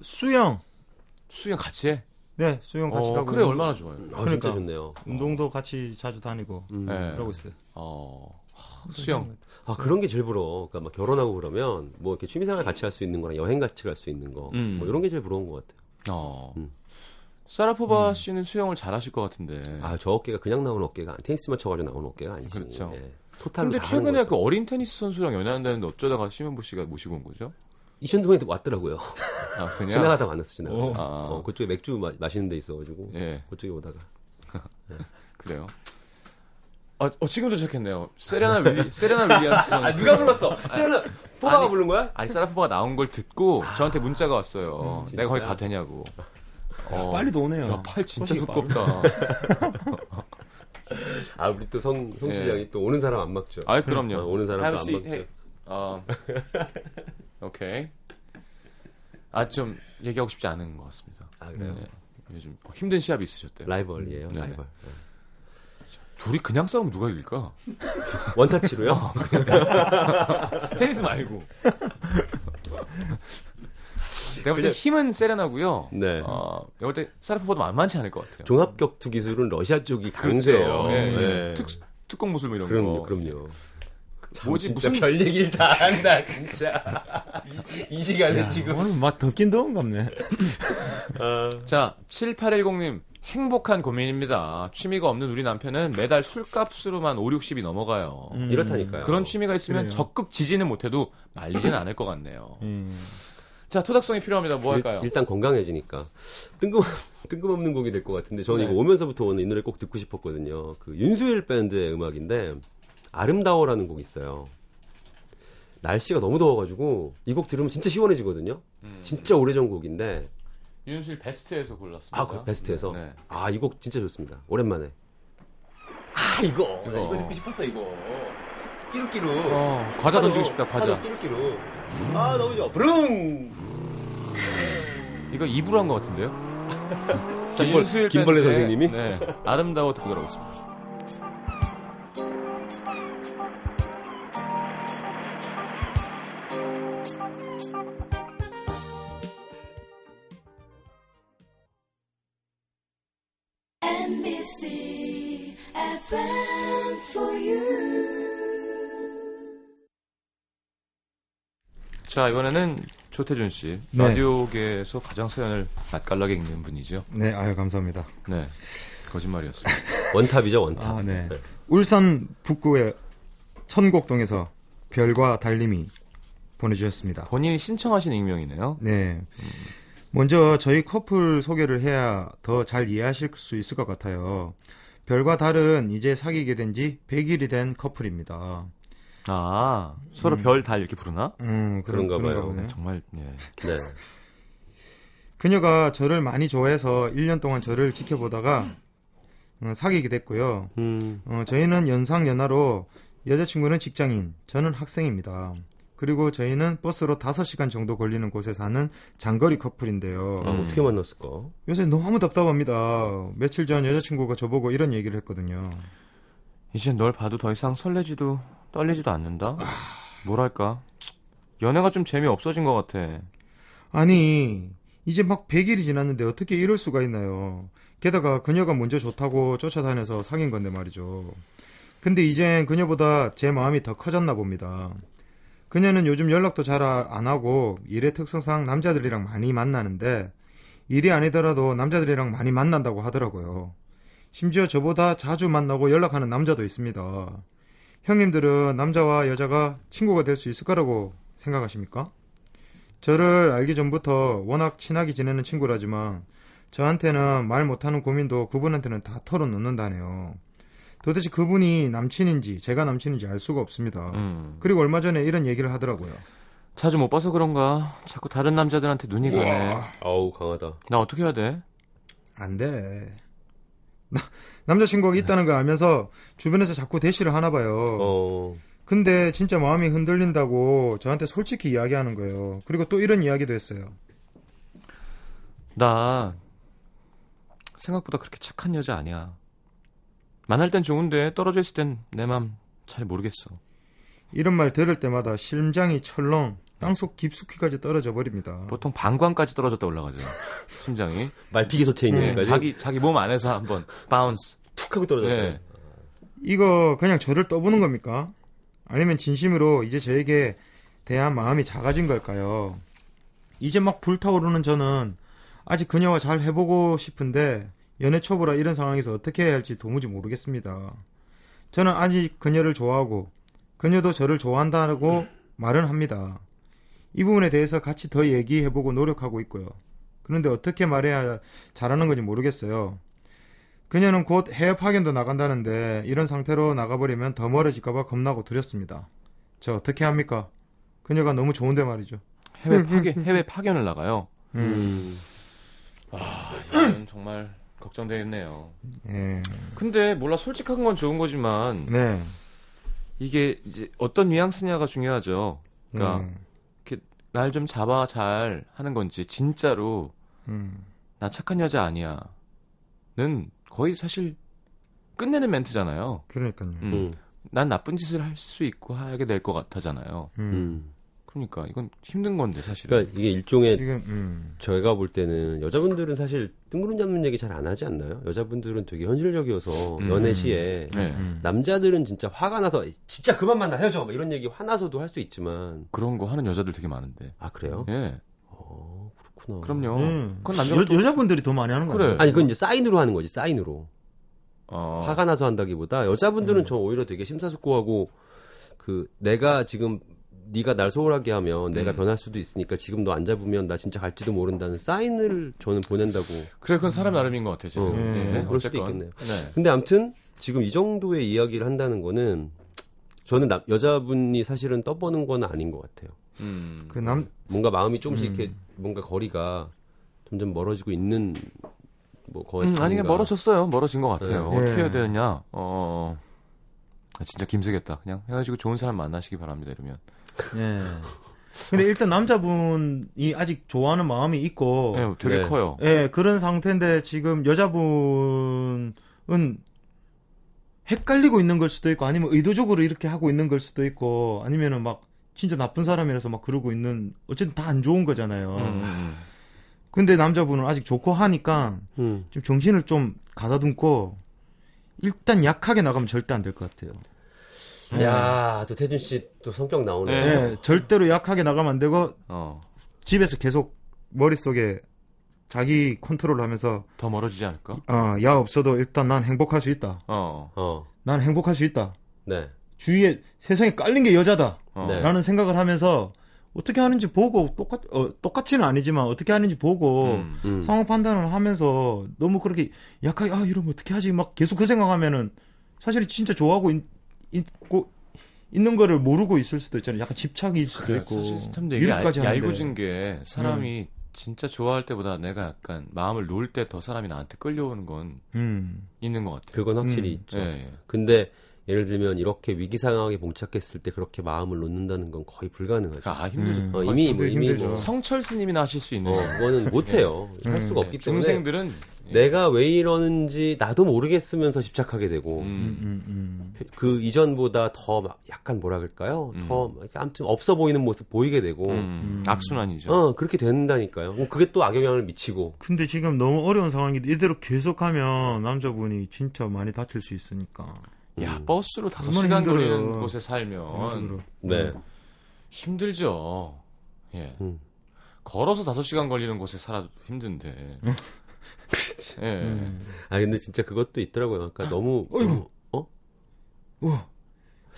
S2: 수영.
S1: 수영 같이 해.
S2: 네, 수영 같이
S1: 어,
S2: 가고.
S1: 그래 얼마나 좋아요.
S3: 아,
S2: 그러니까.
S3: 진짜 좋네요.
S2: 운동도 같이 자주 다니고.
S3: 음.
S1: 네.
S2: 그러고 있어요.
S1: 어 하, 수영.
S3: 아, 그런 게 제일 부러워. 그러니까 막 결혼하고 그러면 뭐 이렇게 취미생활 같이 할 수 있는 거랑 여행 같이 갈 수 있는 거.
S1: 음.
S3: 뭐 이런 게 제일 부러운 것 같아요.
S1: 어
S3: 음.
S1: 사라포바 씨는 수영을 잘하실 것 같은데.
S3: 아, 저 어깨가 그냥 나온 어깨가 아니- 테니스만 쳐가지고 나온 어깨가 아니지.
S1: 네. 그렇죠.
S3: 예. 토탈로
S1: 근데
S3: 다 하는
S1: 최근에
S3: 거죠.
S1: 그 어린 테니스 선수랑 연애한다는데 어쩌다가 심현보 씨가 모시고 온 거죠?
S3: 이천동에 왔더라고요.
S1: 아 그냥
S3: *laughs* 지나가다 만났어, 지나가.
S2: 어.
S1: 아.
S3: 어, 그쪽에 맥주 마, 마시는 데 있어가지고
S1: 예.
S3: 그쪽에 오다가.
S1: 그래요. 아, 어, 지금 도착했네요. 세레나
S3: *laughs*
S1: 윌리 세레나 윌리엄스 선수.
S3: 아, 불렀어? 태연아,
S1: 아니.
S3: 부른 거야?
S1: 아니 사라포가 나온 걸 듣고 저한테 문자가 왔어요.
S3: 아. 음, 진짜?
S1: 내가 거기 가도 되냐고. 어,
S2: 빨리도 오네요.
S1: 야, 팔 진짜
S2: 소식이
S1: 두껍다.
S3: 아 우리 또 성 성시장이 또 오는 사람 안 막죠.
S1: 예. 아이
S3: 어,
S1: 그럼요.
S3: 오는 사람도 안 막죠. *laughs*
S1: 어, 오케이. 아 좀 얘기하고 싶지 않은 것 같습니다.
S3: 아 그래요.
S1: 네. 요즘 힘든 시합이 있으셨대요.
S3: 라이벌이에요.
S1: 네.
S3: 라이벌.
S1: 둘이 그냥 싸우면 누가 이길까? *laughs*
S3: 원타치로요?
S1: 테니스
S3: *laughs*
S1: 말고. 내가 볼 때
S3: 그냥-
S1: 힘은 세레나고요.
S3: 네.
S1: 어, 내가 볼 때 사르프보다 만만치 않을 것 같아요.
S3: 종합 격투 기술은 러시아 쪽이
S1: 그렇죠.
S3: 강세예요.
S1: 예, 예.
S3: 네.
S1: 특, 특공 무술 뭐 이런
S3: 그럼요,
S1: 거.
S3: 그럼요. 참,
S1: 뭐지,
S3: 진짜
S1: 무슨-
S3: 별 얘기를 다 한다, 진짜.
S1: *laughs*
S3: 이, 이 시간에 지금.
S2: 오늘 막 덥긴 더운갑네.
S1: 자, 7810님. 행복한 고민입니다. 취미가 없는 우리 남편은 매달 술값으로만 5, 60이 넘어가요.
S3: 음.
S2: 음.
S3: 이렇다니까요.
S1: 그런 취미가 있으면
S2: 그래요.
S1: 적극 지지는 못해도 말리지는 않을 것 같네요.
S2: 음.
S1: 자, 토닥성이 필요합니다. 뭐 할까요?
S3: 일, 단 건강해지니까. 뜬금, 뜬금없는 곡이 될 것 같은데, 저는
S1: 네.
S3: 이거 오면서부터 오늘 이 노래 꼭 듣고 싶었거든요. 그 윤수일 밴드의 음악인데, 아름다워라는 곡이 있어요. 날씨가 너무 더워가지고, 이 곡 들으면 진짜 시원해지거든요?
S1: 음.
S3: 진짜 오래전 곡인데,
S1: 윤수일 베스트에서 골랐습니다.
S3: 아, 그 베스트에서.
S1: 네.
S3: 아, 이 곡 진짜 좋습니다. 오랜만에. 아, 이거.
S1: 이거.
S3: 이거 듣고 싶었어, 이거. 끼룩끼룩.
S1: 어, 과자 던지고 싶다, 과자.
S3: 끼룩끼룩. 아, 너무 좋아. 부릉!
S1: 이거 입으로 한 것
S3: *laughs*
S1: 같은데요? 자,
S3: 김벌-
S1: 윤수일
S3: 김벌레
S1: 밴드의,
S3: 선생님이?
S1: 네, 아름다워 듣고 돌아오겠습니다.
S4: NBC FM for you.
S1: 자, 이번에는 조태준 씨.
S2: 네.
S1: 라디오계에서 가장 사연을 맛깔나게 읽는 분이죠.
S2: 네, 아유 감사합니다.
S1: 네. 거짓말이었어요.
S3: 원탑이죠, 원탑.
S2: 아, 네.
S3: 네.
S2: 울산 북구의 천곡동에서 별과 달님이 보내주셨습니다.
S1: 본인이 신청하신 익명이네요.
S2: 네. 먼저 저희 커플 소개를 해야 더 잘 이해하실 수 있을 것 같아요. 별과 달은 이제 사귀게 된 지 100일이 된 커플입니다.
S1: 아, 서로
S3: 음.
S1: 별 달 이렇게 부르나?
S2: 음, 그런,
S3: 그런가
S2: 그런가
S3: 봐요.
S2: 보네요.
S1: 정말, 예.
S3: 네.
S2: 그녀가 저를 많이 좋아해서 1년 동안 저를 지켜보다가 어, 사귀게 됐고요.
S3: 음,
S2: 어, 저희는 연상연하로 여자친구는 직장인, 저는 학생입니다. 그리고 저희는 버스로 5시간 정도 걸리는 곳에 사는 장거리 커플인데요.
S3: 아, 어떻게 만났을까?
S2: 요새 너무 답답합니다. 며칠 전 여자친구가 저보고 이런 얘기를 했거든요.
S1: 이젠 널 봐도 더 이상 설레지도 떨리지도 않는다. 뭐랄까 연애가 좀 재미 없어진 것 같아.
S2: 아니, 이제 막 100일이 지났는데 어떻게 이럴 수가 있나요? 게다가 그녀가 먼저 좋다고 쫓아다녀서 사귄 건데 말이죠. 근데 이젠 그녀보다 제 마음이 더 커졌나 봅니다. 그녀는 요즘 연락도 잘 아, 안 하고 일의 특성상 남자들이랑 많이 만나는데 일이 아니더라도 남자들이랑 많이 만난다고 하더라고요. 심지어 저보다 자주 만나고 연락하는 남자도 있습니다. 형님들은 남자와 여자가 친구가 될 수 있을 거라고 생각하십니까? 저를 알기 전부터 워낙 친하게 지내는 친구라지만 저한테는 말 못하는 고민도 그분한테는 다 털어놓는다네요. 도대체 그분이 남친인지 제가 남친인지 알 수가 없습니다.
S1: 음.
S2: 그리고 얼마 전에 이런 얘기를 하더라고요.
S1: 자주 못 봐서 그런가 자꾸 다른 남자들한테 눈이 가네.
S3: 아우, 강하다.
S1: 나 어떻게 해야 돼?
S2: 안 돼. 나- 남자친구가 있다는 걸 알면서 주변에서 자꾸 대시를 하나 봐요.
S3: 어,
S2: 근데 진짜 마음이 흔들린다고 저한테 솔직히 이야기하는 거예요. 그리고 또 이런 이야기도 했어요.
S1: 나 생각보다 그렇게 착한 여자 아니야. 만날 땐 좋은데 떨어져 있을 땐 내 맘 잘 모르겠어.
S2: 이런 말 들을 때마다 심장이 철렁 땅속 깊숙이까지 떨어져 버립니다.
S1: 보통 방광까지 떨어졌다 올라가죠. 심장이
S3: 말피기 소체 있는
S1: 네,
S3: 애까지
S1: 자기 자기 몸 안에서 한번 바운스.
S3: 툭 하고 떨어졌다.
S1: 네.
S2: 이거 그냥 저를 떠보는 겁니까? 아니면 진심으로 이제 저에게 대한 마음이 작아진 걸까요? 이제 막 불타오르는 저는 아직 그녀와 잘 해보고 싶은데 연애 초보라 이런 상황에서 어떻게 해야 할지 도무지 모르겠습니다. 저는 아직 그녀를 좋아하고 그녀도 저를 좋아한다고 말은 합니다. 이 부분에 대해서 같이 더 얘기해보고 노력하고 있고요. 그런데 어떻게 말해야 잘하는 건지 모르겠어요. 그녀는 곧 해외 파견도 나간다는데 이런 상태로 나가버리면 더 멀어질까봐 겁나고 두렵습니다. 저 어떻게 합니까? 그녀가 너무 좋은데 말이죠.
S1: 해외 파견 해외 파견을 나가요.
S3: 음.
S1: 이건 정말 걱정되겠네요.
S2: 예.
S1: 근데 몰라 솔직한 건 좋은 거지만
S2: 네.
S1: 이게 이제 어떤 뉘앙스냐가 중요하죠.
S3: 음.
S1: 그러니까
S2: 예.
S1: 날 좀 잡아 잘 하는 건지 진짜로
S2: 음.
S1: 나 착한 여자 아니야는 거의 사실 끝내는 멘트잖아요.
S2: 그러니까요.
S1: 음.
S3: 음.
S1: 난 나쁜 짓을 할 수 있고 하게 될 것 같아잖아요.
S2: 음.
S3: 음.
S1: 그러니까 이건 힘든 건데 사실은.
S3: 그러니까 이게 일종의
S2: 지금 음.
S3: 저희가 볼 때는 여자분들은 사실 뜬구름 잡는 얘기 잘 안 하지 않나요? 여자분들은 되게 현실적이어서
S1: 음.
S3: 연애 시에
S1: 네.
S2: 음.
S3: 남자들은 진짜 화가 나서 진짜 그만 만나 헤어져 막 이런 얘기 화나서도 할 수 있지만
S1: 그런 거 하는 여자들 되게 많은데.
S3: 아 그래요?
S1: 예.
S3: 어 그렇구나.
S1: 그럼요.
S2: 예.
S1: 그건 남자가 또-
S2: 여, 여자분들이 더 많이 하는 거
S1: 그래.
S2: 아니에요?
S3: 아니 그건 이제 사인으로 하는 거지 사인으로
S1: 어, 음.
S3: 화가 나서 한다기보다 여자분들은 저 오히려 되게 심사숙고하고 그 내가 지금 네가 날 소홀하게 하면 내가
S1: 음.
S3: 변할 수도 있으니까 지금 너 안 잡으면 나 진짜 갈지도 모른다는 사인을 저는 보낸다고.
S1: 그래 그건 사람 나름인 것 같아요. 제
S3: 어,
S1: 생각에.
S2: 네,
S1: 네,
S3: 그럴
S1: 어쨌건.
S3: 수도 있겠네요.
S1: 네.
S3: 근데 아무튼 지금 이 정도의 이야기를 한다는 거는 저는 남- 여자분이 사실은 떠보는 건 아닌 것 같아요.
S1: 음.
S2: 그 남,
S3: 뭔가 마음이 조금씩
S2: 음.
S3: 이렇게 뭔가 거리가 점점 멀어지고 있는 뭐 거의
S1: 음, 아니 그냥 멀어졌어요. 멀어진 것 같아요.
S2: 네.
S1: 어떻게
S2: 예.
S1: 해야 되느냐. 어, 아, 진짜 김새겠다. 그냥 해가지고 좋은 사람 만나시기 바랍니다. 이러면.
S2: 예. 근데 일단 남자분이 아직 좋아하는 마음이 있고,
S1: 예, 되게
S3: 네.
S1: 커요.
S2: 예, 그런 상태인데 지금 여자분은 헷갈리고 있는 걸 수도 있고, 아니면 의도적으로 이렇게 하고 있는 걸 수도 있고, 아니면은 막 진짜 나쁜 사람이라서 막 그러고 있는, 어쨌든 다 안 좋은 거잖아요.
S1: 음, 음, 음.
S2: 근데 남자분은 아직 좋고 하니까
S3: 음.
S2: 좀 정신을 좀 가다듬고, 일단 약하게 나가면 절대 안 될 것 같아요.
S3: 야, 또 태준 씨 또 성격 나오네.
S1: 음. 네.
S2: 예, 절대로 약하게 나가면 안 되고,
S1: 어,
S2: 집에서 계속 머릿속에 자기 컨트롤 하면서,
S1: 더 멀어지지 않을까?
S2: 어, 야 없어도 일단 난 행복할 수 있다.
S1: 어,
S3: 어.
S2: 난 행복할 수 있다.
S3: 네.
S2: 주위에 세상에 깔린 게 여자다.
S1: 어.
S3: 네.
S2: 라는 생각을 하면서 어떻게 하는지 보고 똑같 어, 똑같지는 아니지만 어떻게 하는지 보고
S1: 음.
S3: 음.
S2: 상황 판단을 하면서 너무 그렇게 약하게 아 이러면 어떻게 하지 막 계속 그 생각하면은 사실 진짜 좋아하고 있, 고 있는 거를 모르고 있을 수도 있잖아요. 약간 집착일 수도
S1: 그래,
S2: 있고
S1: 사실 스탬도 이게 얇-
S2: 위로까지 하는데. 음.
S1: 얄궂은 게 사람이 진짜 좋아할 때보다 내가 약간 마음을 놓을 때 더 사람이 나한테 끌려오는 건
S2: 음.
S1: 있는 것 같아요.
S3: 그건 확실히
S2: 음.
S3: 있죠.
S1: 예, 예.
S3: 근데 예를 들면 이렇게 위기 상황에 봉착했을 때 그렇게 마음을 놓는다는 건 거의 불가능하죠.
S1: 그러니까 아 힘들죠.
S2: 음.
S3: 어, 이미 뭐,
S2: 힘들-
S3: 이미 뭐,
S2: 힘들죠.
S1: 성철 스님이나 하실 수 있는
S3: 어,
S1: *laughs*
S3: 그거는 못해요. 할 수가
S1: 네,
S3: 없기 때문에
S1: 중생들은
S3: 내가 왜 이러는지 나도 모르겠으면서 집착하게 되고
S2: 음,
S1: 음,
S2: 음, 음.
S3: 그 이전보다 더 막 약간 뭐라 그럴까요?
S1: 음.
S3: 더막 아무튼 없어 보이는 모습 보이게 되고
S1: 음,
S2: 음.
S1: 악순환이죠.
S3: 어 그렇게 된다니까요. 그럼 그게 또 악영향을 미치고
S2: 근데 지금 너무 어려운 상황인데 이대로 계속하면 남자분이 진짜 많이 다칠 수 있으니까.
S1: 야
S3: 음.
S1: 버스로 다섯
S2: 얼마나
S1: 시간
S2: 힘들어요.
S1: 걸리는 곳에
S2: 이런
S1: 살면
S2: 식으로.
S3: 네.
S1: 힘들죠. 예.
S3: 음.
S1: 걸어서 다섯 시간 걸리는 곳에 살아도 힘든데. 그렇지. 예.
S2: 음.
S3: 아 근데 진짜 그것도 있더라고요. 그러니까 너무
S2: 어이구.
S3: 어?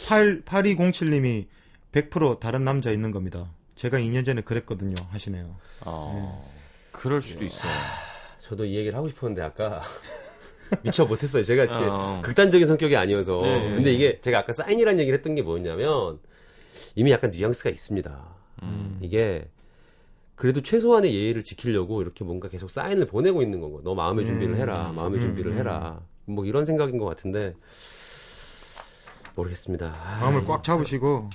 S2: 8, 8207님이 100% 다른 남자 있는 겁니다. 제가 2년 전에 그랬거든요. 하시네요.
S1: 어. 그럴 수도 있어요.
S3: 저도 이 얘기를 하고 싶었는데 아까 *laughs* 미처 못했어요. 제가 이렇게
S1: 어.
S3: 극단적인 성격이 아니어서.
S1: 네, 네,
S3: 근데 이게 제가 아까 사인이라는 얘기를 했던 게 뭐였냐면 이미 약간 뉘앙스가 있습니다. 이게 그래도 최소한의 예의를 지키려고 이렇게 뭔가 계속 사인을 보내고 있는 건 거. 너 마음의 준비를 해라. 마음의 준비를 해라. 뭐 이런 생각인 것 같은데 모르겠습니다. 아,
S2: 마음을 꽉 잡으시고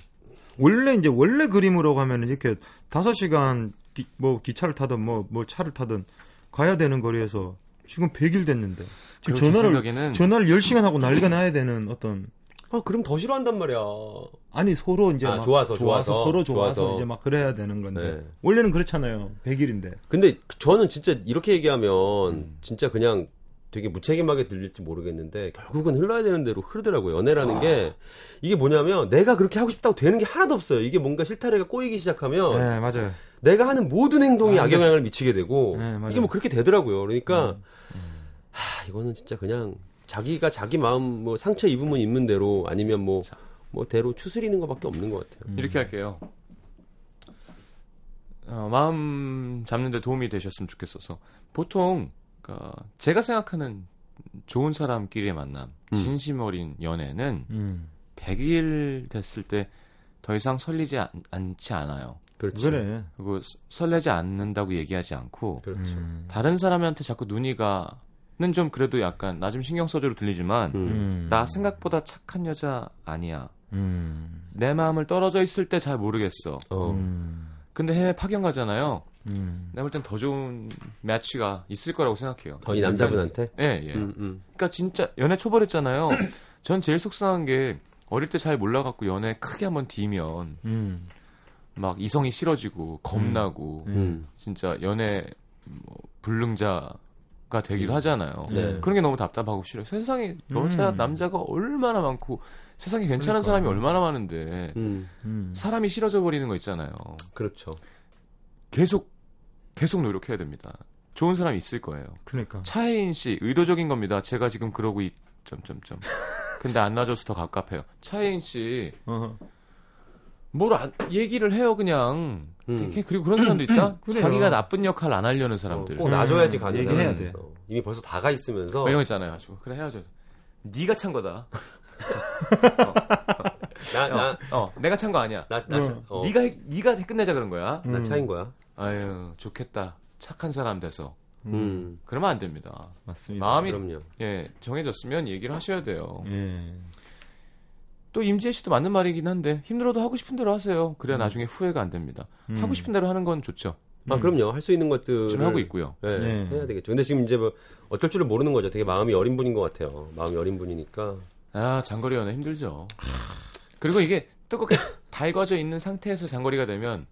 S2: 원래 이제 원래 그림으로 가면 이렇게 5시간 기, 뭐 기차를 타든 뭐, 뭐 차를 타든 가야 되는 거리에서 지금 100일 됐는데 지금
S1: 그리고 제
S2: 전화를
S1: 생각에는
S2: 전화를 10시간 하고 난리가 나야 되는 어떤
S3: 아, 그럼 더 싫어한단 말이야.
S2: 아니 서로 이제
S3: 아,
S2: 막
S3: 좋아서, 좋아서.
S2: 서로 좋아서,
S3: 좋아서.
S2: 이제 막 그래야 되는 건데
S3: 네.
S2: 원래는 그렇잖아요. 100일인데.
S3: 근데 저는 진짜 이렇게 얘기하면
S2: 음.
S3: 진짜 그냥 되게 무책임하게 들릴지 모르겠는데 결국은 흘러야 되는 대로 흐르더라고요. 연애라는 게 이게 뭐냐면 내가 그렇게 하고 싶다고 되는 게 하나도 없어요. 이게 뭔가 실타래가 꼬이기 시작하면
S2: 네, 맞아요.
S3: 내가 하는 모든 행동이 악영향을 미치게 되고
S2: 네, 맞아요. 네.
S3: 이게 뭐 그렇게 되더라고요. 그러니까 하, 이거는 진짜 그냥 자기가 자기 마음 뭐 상처 입으면 입는 대로 아니면 뭐 뭐 대로 추스리는 것밖에 없는 것 같아요.
S1: 이렇게 할게요. 어, 마음 잡는데 도움이 되셨으면 좋겠어서 보통 그러니까 제가 생각하는 좋은 사람끼리의 만남,
S3: 음.
S1: 진심 어린 연애는
S2: 음.
S1: 100일 됐을 때 더 이상 설리지 않, 않지 않아요.
S3: 그렇죠.
S2: 그래.
S1: 그리고 서- 설레지 않는다고 얘기하지 않고
S3: 그렇죠.
S2: 음.
S1: 다른 사람한테 자꾸 눈이 가 좀 그래도 약간 나 좀 신경 써줘로 들리지만
S3: 음.
S1: 나 생각보다 착한 여자 아니야.
S2: 음.
S1: 내 마음을 떨어져 있을 때 잘 모르겠어.
S3: 어.
S2: 음.
S1: 근데 해외 파견 가잖아요.
S2: 음.
S1: 내가 볼 땐 더 좋은 매치가 있을 거라고 생각해요.
S3: 어, 이 남자분한테.
S1: 예, 예.
S3: 음, 음.
S1: 그러니까 진짜 연애 초벌했잖아요. *clears throat* 전 제일 속상한 게 어릴 때 잘 몰라갖고 연애 크게 한번 뒤면
S2: 음.
S1: 막 이성이 싫어지고 겁나고
S2: 네.
S3: 음.
S1: 진짜 연애 뭐 불능자가 되기도 하잖아요.
S3: 네.
S1: 그런 게 너무 답답하고 싫어요. 세상에 여자
S2: 음.
S1: 남자가 얼마나 많고 세상에 괜찮은
S2: 그러니까.
S1: 사람이 얼마나 많은데
S3: 음.
S2: 음.
S1: 사람이 싫어져 버리는 거 있잖아요.
S3: 그렇죠.
S1: 계속 계속 노력해야 됩니다. 좋은 사람이 있을 거예요.
S2: 그러니까.
S1: 차혜인 씨 의도적인 겁니다. 제가 지금 그러고 있 점점점. 근데 안 놔줘서 더 갑갑해요. 차혜인
S2: 어.
S1: 씨 뭘 안 얘기를 해요 그냥.
S3: 음.
S1: 되게- 그리고 그런 사람도 있다.
S2: *clears throat* 그래요.
S1: 자기가 나쁜 역할 안 하려는
S3: 어,
S1: 사람들.
S3: 꼭 놔줘야지 가는
S2: 음, 얘기해야
S3: 사람이 있어. 이미 벌써 다가 있으면서
S1: 뭐 이런 거 있잖아요. 아주. 그래 헤어져. 네가 찬 거다.
S3: 나, 나,
S1: 어, 어, 내가 찬 거 아니야.
S3: 나, 나, 차-
S2: 어.
S3: 어,
S1: 네가 해- 네가 끝내자 그런 거야.
S2: 음.
S3: 나 차인 거야.
S1: 아유 좋겠다. 착한 사람 돼서.
S3: 음.
S1: 그러면 안 됩니다.
S2: 맞습니다.
S1: 마음이
S3: 그럼요.
S1: 예 정해졌으면 얘기를 하셔야 돼요.
S2: 예.
S1: 또 임지혜 씨도 맞는 말이긴 한데 힘들어도 하고 싶은 대로 하세요.
S3: 음.
S1: 그래야 나중에 후회가 안 됩니다.
S2: 음.
S1: 하고 싶은 대로 하는 건 좋죠.
S3: 아, 그럼요. 할 수 있는 것들을
S1: 음. 지금 하고 있고요.
S3: 예,
S2: 예.
S3: 해야 되겠죠. 근데 지금 이제 뭐 어쩔 줄을 모르는 거죠. 되게 마음이 어린 분인 것 같아요. 마음이 어린 분이니까.
S1: 아 장거리 연애 힘들죠. 그리고 이게
S3: *laughs*
S1: 뜨겁게 달궈져 있는 상태에서 장거리가 되면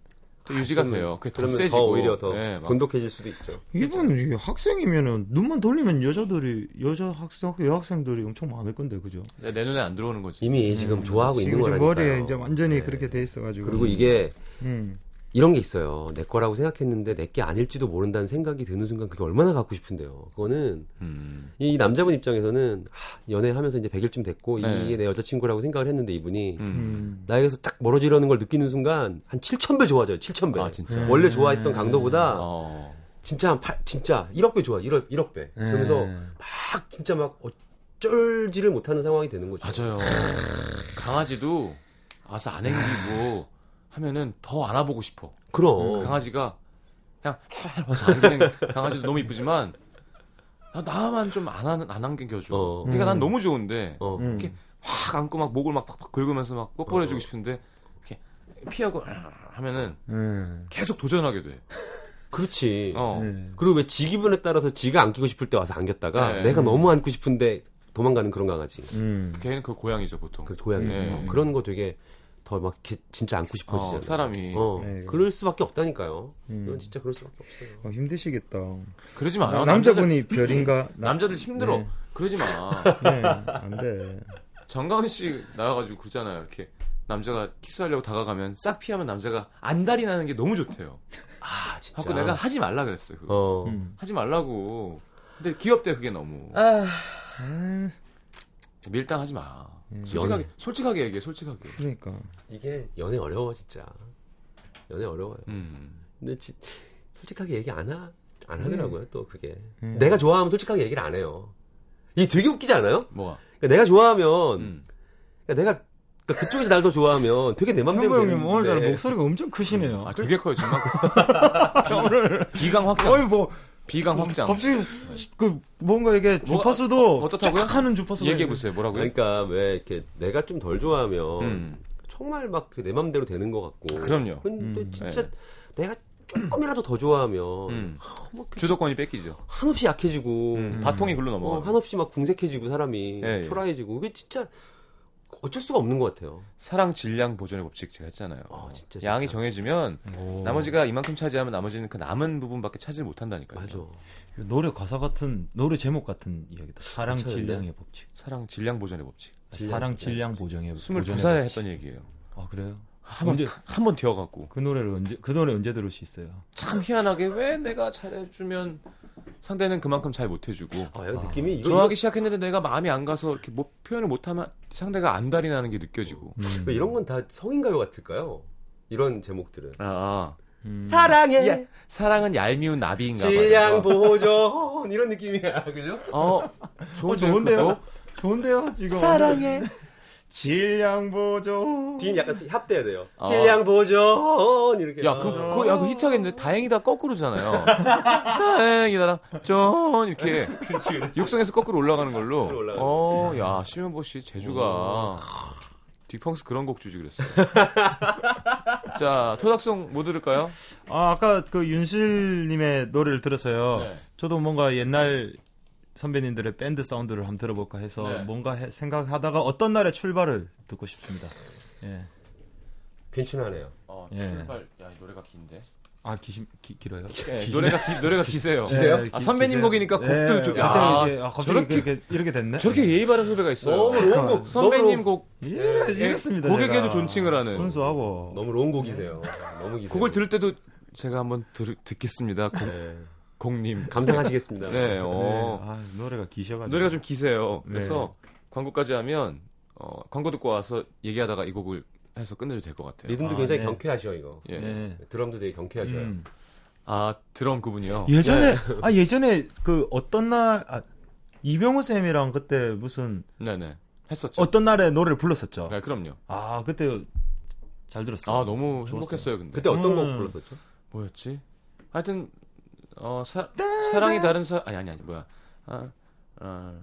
S1: 또 유지가
S3: 아, 그러면-
S1: 돼요. 그게 더
S3: 그러면
S1: 세지고
S3: 더 오히려 더
S1: 예, 막
S3: 돈독해질 수도 있죠.
S2: 이분 이게 학생이면은 눈만 돌리면 여자들이 여자 학생 여학생들이 엄청 많을 건데 그죠?
S1: 내 눈에 안 들어오는 거지.
S3: 이미 지금 좋아하고
S2: 음.
S3: 있는
S2: 지금 이제
S3: 거라니까요.
S2: 머리에 이제 완전히
S3: 예.
S2: 그렇게 돼 있어가지고
S3: 그리고 이게
S2: 음.
S3: 이런 게 있어요. 내 거라고 생각했는데 내 게 아닐지도 모른다는 생각이 드는 순간 그게 얼마나 갖고 싶은데요. 그거는
S1: 음.
S3: 이 남자분 입장에서는 하, 연애하면서 이제 100일쯤 됐고
S1: 네.
S3: 이게 내 여자친구라고 생각을 했는데 이분이
S1: 음.
S2: 음.
S3: 나에게서 딱 멀어지려는 걸 느끼는 순간 한 7,000배 좋아져요. 7,000배.
S1: 아, 진짜?
S3: 원래 좋아했던 강도보다
S1: 어.
S3: 진짜 한 8, 진짜 1억 배 좋아. 1억 1억 배. 그러면서
S2: 예.
S3: 막 진짜 막 어쩔지를 못하는 상황이 되는 거죠.
S1: 맞아요. 강아지도 와서 안 행기고 하면은 더 안아보고 싶어. 음,
S3: 그럼.
S1: 강아지가 그냥 *laughs* 와서 안기는 강아지도 너무 이쁘지만 나 나만 좀 안 안 안겨줘.
S3: 어.
S1: 그러니까 난
S2: 음.
S1: 너무 좋은데
S3: 어.
S2: 음.
S1: 이렇게 확 안고 막 목을 막 팍팍 긁으면서 막 뽀뽀해주고
S3: 어.
S1: 싶은데 이렇게 피하고 하면은
S2: 예.
S1: 계속 도전하게 돼.
S3: 그렇지.
S1: 어.
S2: 예.
S3: 그리고 왜 지 기분에 따라서 지가 안끼고 싶을 때 와서 안겼다가
S1: 네.
S3: 내가 너무 안고 싶은데 도망가는 그런 강아지.
S2: 음.
S1: 걔는 그 고양이죠 보통.
S3: 그 고양이.
S1: 네.
S3: 어, 그런 거 되게 더 막 진짜 안고 싶어지잖아요.
S1: 어, 사람이
S3: 어,
S2: 네.
S3: 그럴 수밖에 없다니까요.
S2: 음.
S3: 이건 진짜 그럴 수밖에 없어요.
S2: 어, 힘드시겠다.
S3: 아,
S1: 그러지 마. 어,
S2: 나- 남자분이
S3: *laughs*
S2: 별인가? 나-
S1: 남자들 힘들어.
S2: 네.
S1: 그러지 마.
S2: 네, 안 돼.
S1: 정가은 씨 나와가지고 그러잖아요. 이렇게 남자가 키스하려고 다가가면 싹 피하면 남자가 안달이 나는 게 너무 좋대요.
S3: 아, 진짜.
S1: 자꾸 내가 하지 말라 그랬어요. 그거.
S3: 어.
S2: 음.
S1: 하지 말라고. 근데 귀엽대 그게 너무.
S2: 아,
S1: 밀당하지 마.
S2: 음.
S1: 솔직하게
S3: 연애.
S1: 솔직하게 얘기해. 솔직하게.
S2: 그러니까.
S3: 이게 연애 어려워 진짜. 연애 어려워요.
S1: 음.
S3: 근데 지- 솔직하게 얘기 안 하, 안 하더라고요, 또 그게.
S2: 음.
S3: 내가 좋아하면 솔직하게 얘기를 안 해요. 이게 되게 웃기지 않아요?
S1: 뭐가?
S3: 그러니까 내가 좋아하면,
S1: 음.
S3: 그러니까 내가, 그러니까 그쪽에서 날 더 좋아하면 되게 내 맘대로.
S2: 형부 형님 오늘 날
S3: 되는데.
S2: 목소리가 엄청 크시네요.
S1: 아 되게 커요 정말.
S3: *laughs*
S1: 비, 비강 확장.
S2: 거의 뭐
S1: 비강 확장.
S2: 갑자기 그 뭔가 이게
S1: 뭐가-
S2: 주파수도
S1: 어떻다고요?
S2: 쫙 하는 주파수
S1: 얘기해 보세요. 뭐라고요?
S3: 그러니까 어. 왜 이렇게 내가 좀 덜 좋아하면
S1: 음.
S3: 정말 막그 내 맘대로 되는 것 같고.
S1: 그럼요. 예.
S3: 근데
S2: 음.
S3: 진짜 내가 조금이라도 더 좋아하면
S1: 음.
S3: 아, 뭐 그-
S1: 주도권이 뺏기죠.
S3: 한없이 약해지고
S1: 음. 바통이 글로
S3: 어,
S1: 넘어가.
S3: 한없이 막 궁색해지고 사람이
S1: 예, 예.
S3: 초라해지고 그게 진짜 어쩔 수가 없는 것 같아요.
S1: 사랑 질량 보존의 법칙 제가 했잖아요.
S3: 아, 진짜,
S1: 양이
S3: 진짜.
S1: 정해지면
S2: 오.
S1: 나머지가 이만큼 차지하면 나머지는 그 남은 부분밖에 차지를 못한다니까요.
S3: 맞아.
S2: 노래 가사 같은 노래 제목 같은 이야기다. 사랑
S3: 그쵸,
S2: 질량의 법칙.
S1: 사랑 질량 보존의 법칙.
S3: 질량.
S2: 사랑 질량 보정의 보존의
S1: 22살에
S2: 법칙.
S1: 했던 얘기예요.
S2: 아 그래요?
S1: 한번
S2: 언제-
S1: 한번 되어갖고
S2: 그 노래를 언제 그 노래 언제 들을 수 있어요?
S1: 참 희한하게 왜 내가 잘해주면 상대는 그만큼 잘 못해주고
S3: 아, 약간 느낌이 이거
S1: 좋아하기 시작했는데 내가 마음이 안 가서 이렇게 못, 표현을 못하면 상대가 안달이 나는 게 느껴지고
S3: 이거- 왜 이런 건 다 성인 가요 같을까요? 이런 제목들은
S1: 아,
S2: 음.
S3: 사랑해
S1: 야, 사랑은 얄미운 나비인가 봐요. 아.
S3: 질량 보존 이런 느낌이야, *laughs* 그죠?
S1: 어,
S2: 어,
S1: 좋은데요?
S2: 좋은데요?
S1: 그거?
S2: 좋은데요 지금.
S3: 사랑해
S2: *laughs* 질량 보조.
S3: 뒤는 약간 합대해야 돼요.
S1: 아.
S3: 질량 보존 이렇게.
S1: 야,
S3: 아.
S1: 그, 그, 야, 그 히트하겠는데? 다행이다
S3: *laughs*
S1: 거꾸로잖아요. 다행이다. 쩐, 이렇게. 육성에서 거꾸로 올라가는 걸로.
S3: 거꾸로 올라가는
S1: 어, 야, 심현보 씨, 재주가. 딕펑스 그런 곡 주지 그랬어요. *laughs* 자, 토닥송 뭐 들을까요?
S2: 아, 아까 그 윤실님의 노래를 들었어요.
S1: 네.
S2: 저도 뭔가 옛날 선배님들의 밴드 사운드를 한번 들어볼까 해서
S1: 네.
S2: 뭔가 해- 생각하다가 어떤 날의 출발을 듣고 싶습니다. 예.
S3: 괜찮아요.
S1: 어,
S2: 예.
S1: 출발. 야, 노래가 긴데.
S2: 아, 기심, 기, 길어요?
S1: 예, 노래가 기, 노래가 기세요.
S2: 네, 예.
S3: 기세요?
S1: 아, 선배님 곡이니까 곡도 좀- 야,
S2: 갑자기, 이렇게, 아, 갑자기
S1: 저렇게-
S2: 이렇게, 이렇게, 됐네?
S1: 저렇게 예의 바른 후배가 있어요.
S3: 너무 로운 곡.
S1: 선배님 곡
S2: 이래, 이랬습니다.
S1: 예, 고객에도
S2: 제가.
S1: 존칭을 하는.
S2: 순수하고.
S3: 너무 로운 곡이세요. 너무 기세요.
S1: 네. 그걸 들을 때도 제가 한번 들, 듣겠습니다. 공,
S3: 네.
S1: 공님.
S3: 감상하시겠습니다.
S1: 네,
S2: 네.
S1: 어.
S2: 아, 노래가 기셔가지고.
S1: 노래가 좀 기세요.
S2: 네.
S1: 그래서 광고까지 하면 어, 광고 듣고 와서 얘기하다가 이 곡을 해서 끝내도 될 것 같아요.
S3: 리듬도
S2: 아,
S3: 굉장히
S2: 네.
S3: 경쾌하셔 이거.
S1: 예.
S2: 예.
S3: 드럼도 되게 경쾌하셔요.
S2: 음.
S1: 아 드럼 그분이요.
S2: 예전에 아 예전에 그 어떤 날 아, 이병호 쌤이랑 그때 무슨
S1: 네. 네 했었죠.
S2: 어떤 날에 노래를 불렀었죠.
S1: 네, 그럼요.
S2: 아 그때 잘 들었어요.
S1: 아 너무 행복했어요. 근데
S3: 그때 어떤 곡
S2: 음.
S3: 불렀었죠?
S1: 뭐였지? 하여튼 어 사, 사랑이 다른 사 아니 아니 아니 뭐야? 아, 아,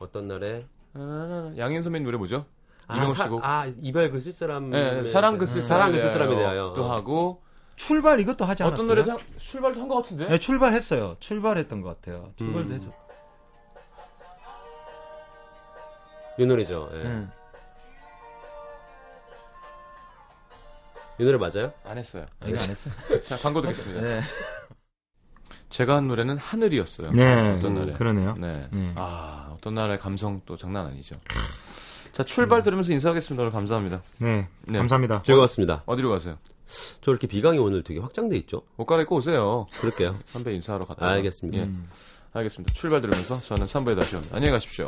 S3: 어떤 날에
S1: 아, 양현 선배님 노래 뭐죠?
S3: 아,
S1: 이병헌
S3: 사-
S1: 씨 곡.
S3: 아, 이별 그 쓸 사람.
S1: 네, 사랑 그쓸
S3: 사랑 그쓸 사람에 대하여.
S1: 또 하고
S2: 출발 이것도 하지 않았어요.
S1: 어떤 노래도 한- 출발도 한 것 같은데.
S2: 네, 출발했어요. 출발했던 것 같아요. 음. 출발도 했어.
S3: 이 노래죠. 예.
S2: 네.
S3: 이 노래 맞아요?
S1: 안 했어요.
S2: 아, 이거 안 했어.
S1: 자 광고 듣겠습니다.
S2: 네.
S1: 제가 한 노래는 하늘이었어요.
S2: 네.
S1: 어떤 날에.
S2: 그러네요.
S1: 네.
S2: 네.
S1: 아, 어떤 나라의 감성 또 장난 아니죠. 자, 출발 들으면서 인사하겠습니다. 오늘 감사합니다.
S2: 네.
S1: 네.
S2: 감사합니다.
S3: 즐거웠습니다.
S1: 어디로 가세요?
S3: 저 이렇게 비강이 오늘 되게 확장돼 있죠?
S1: 옷 갈아입고 오세요.
S3: 그럴게요.
S1: 선배 인사하러 갔다.
S3: 알겠습니다.
S1: 예. 알겠습니다. 출발 들으면서 저는 3부에 다시 옵니다. 안녕히 가십시오.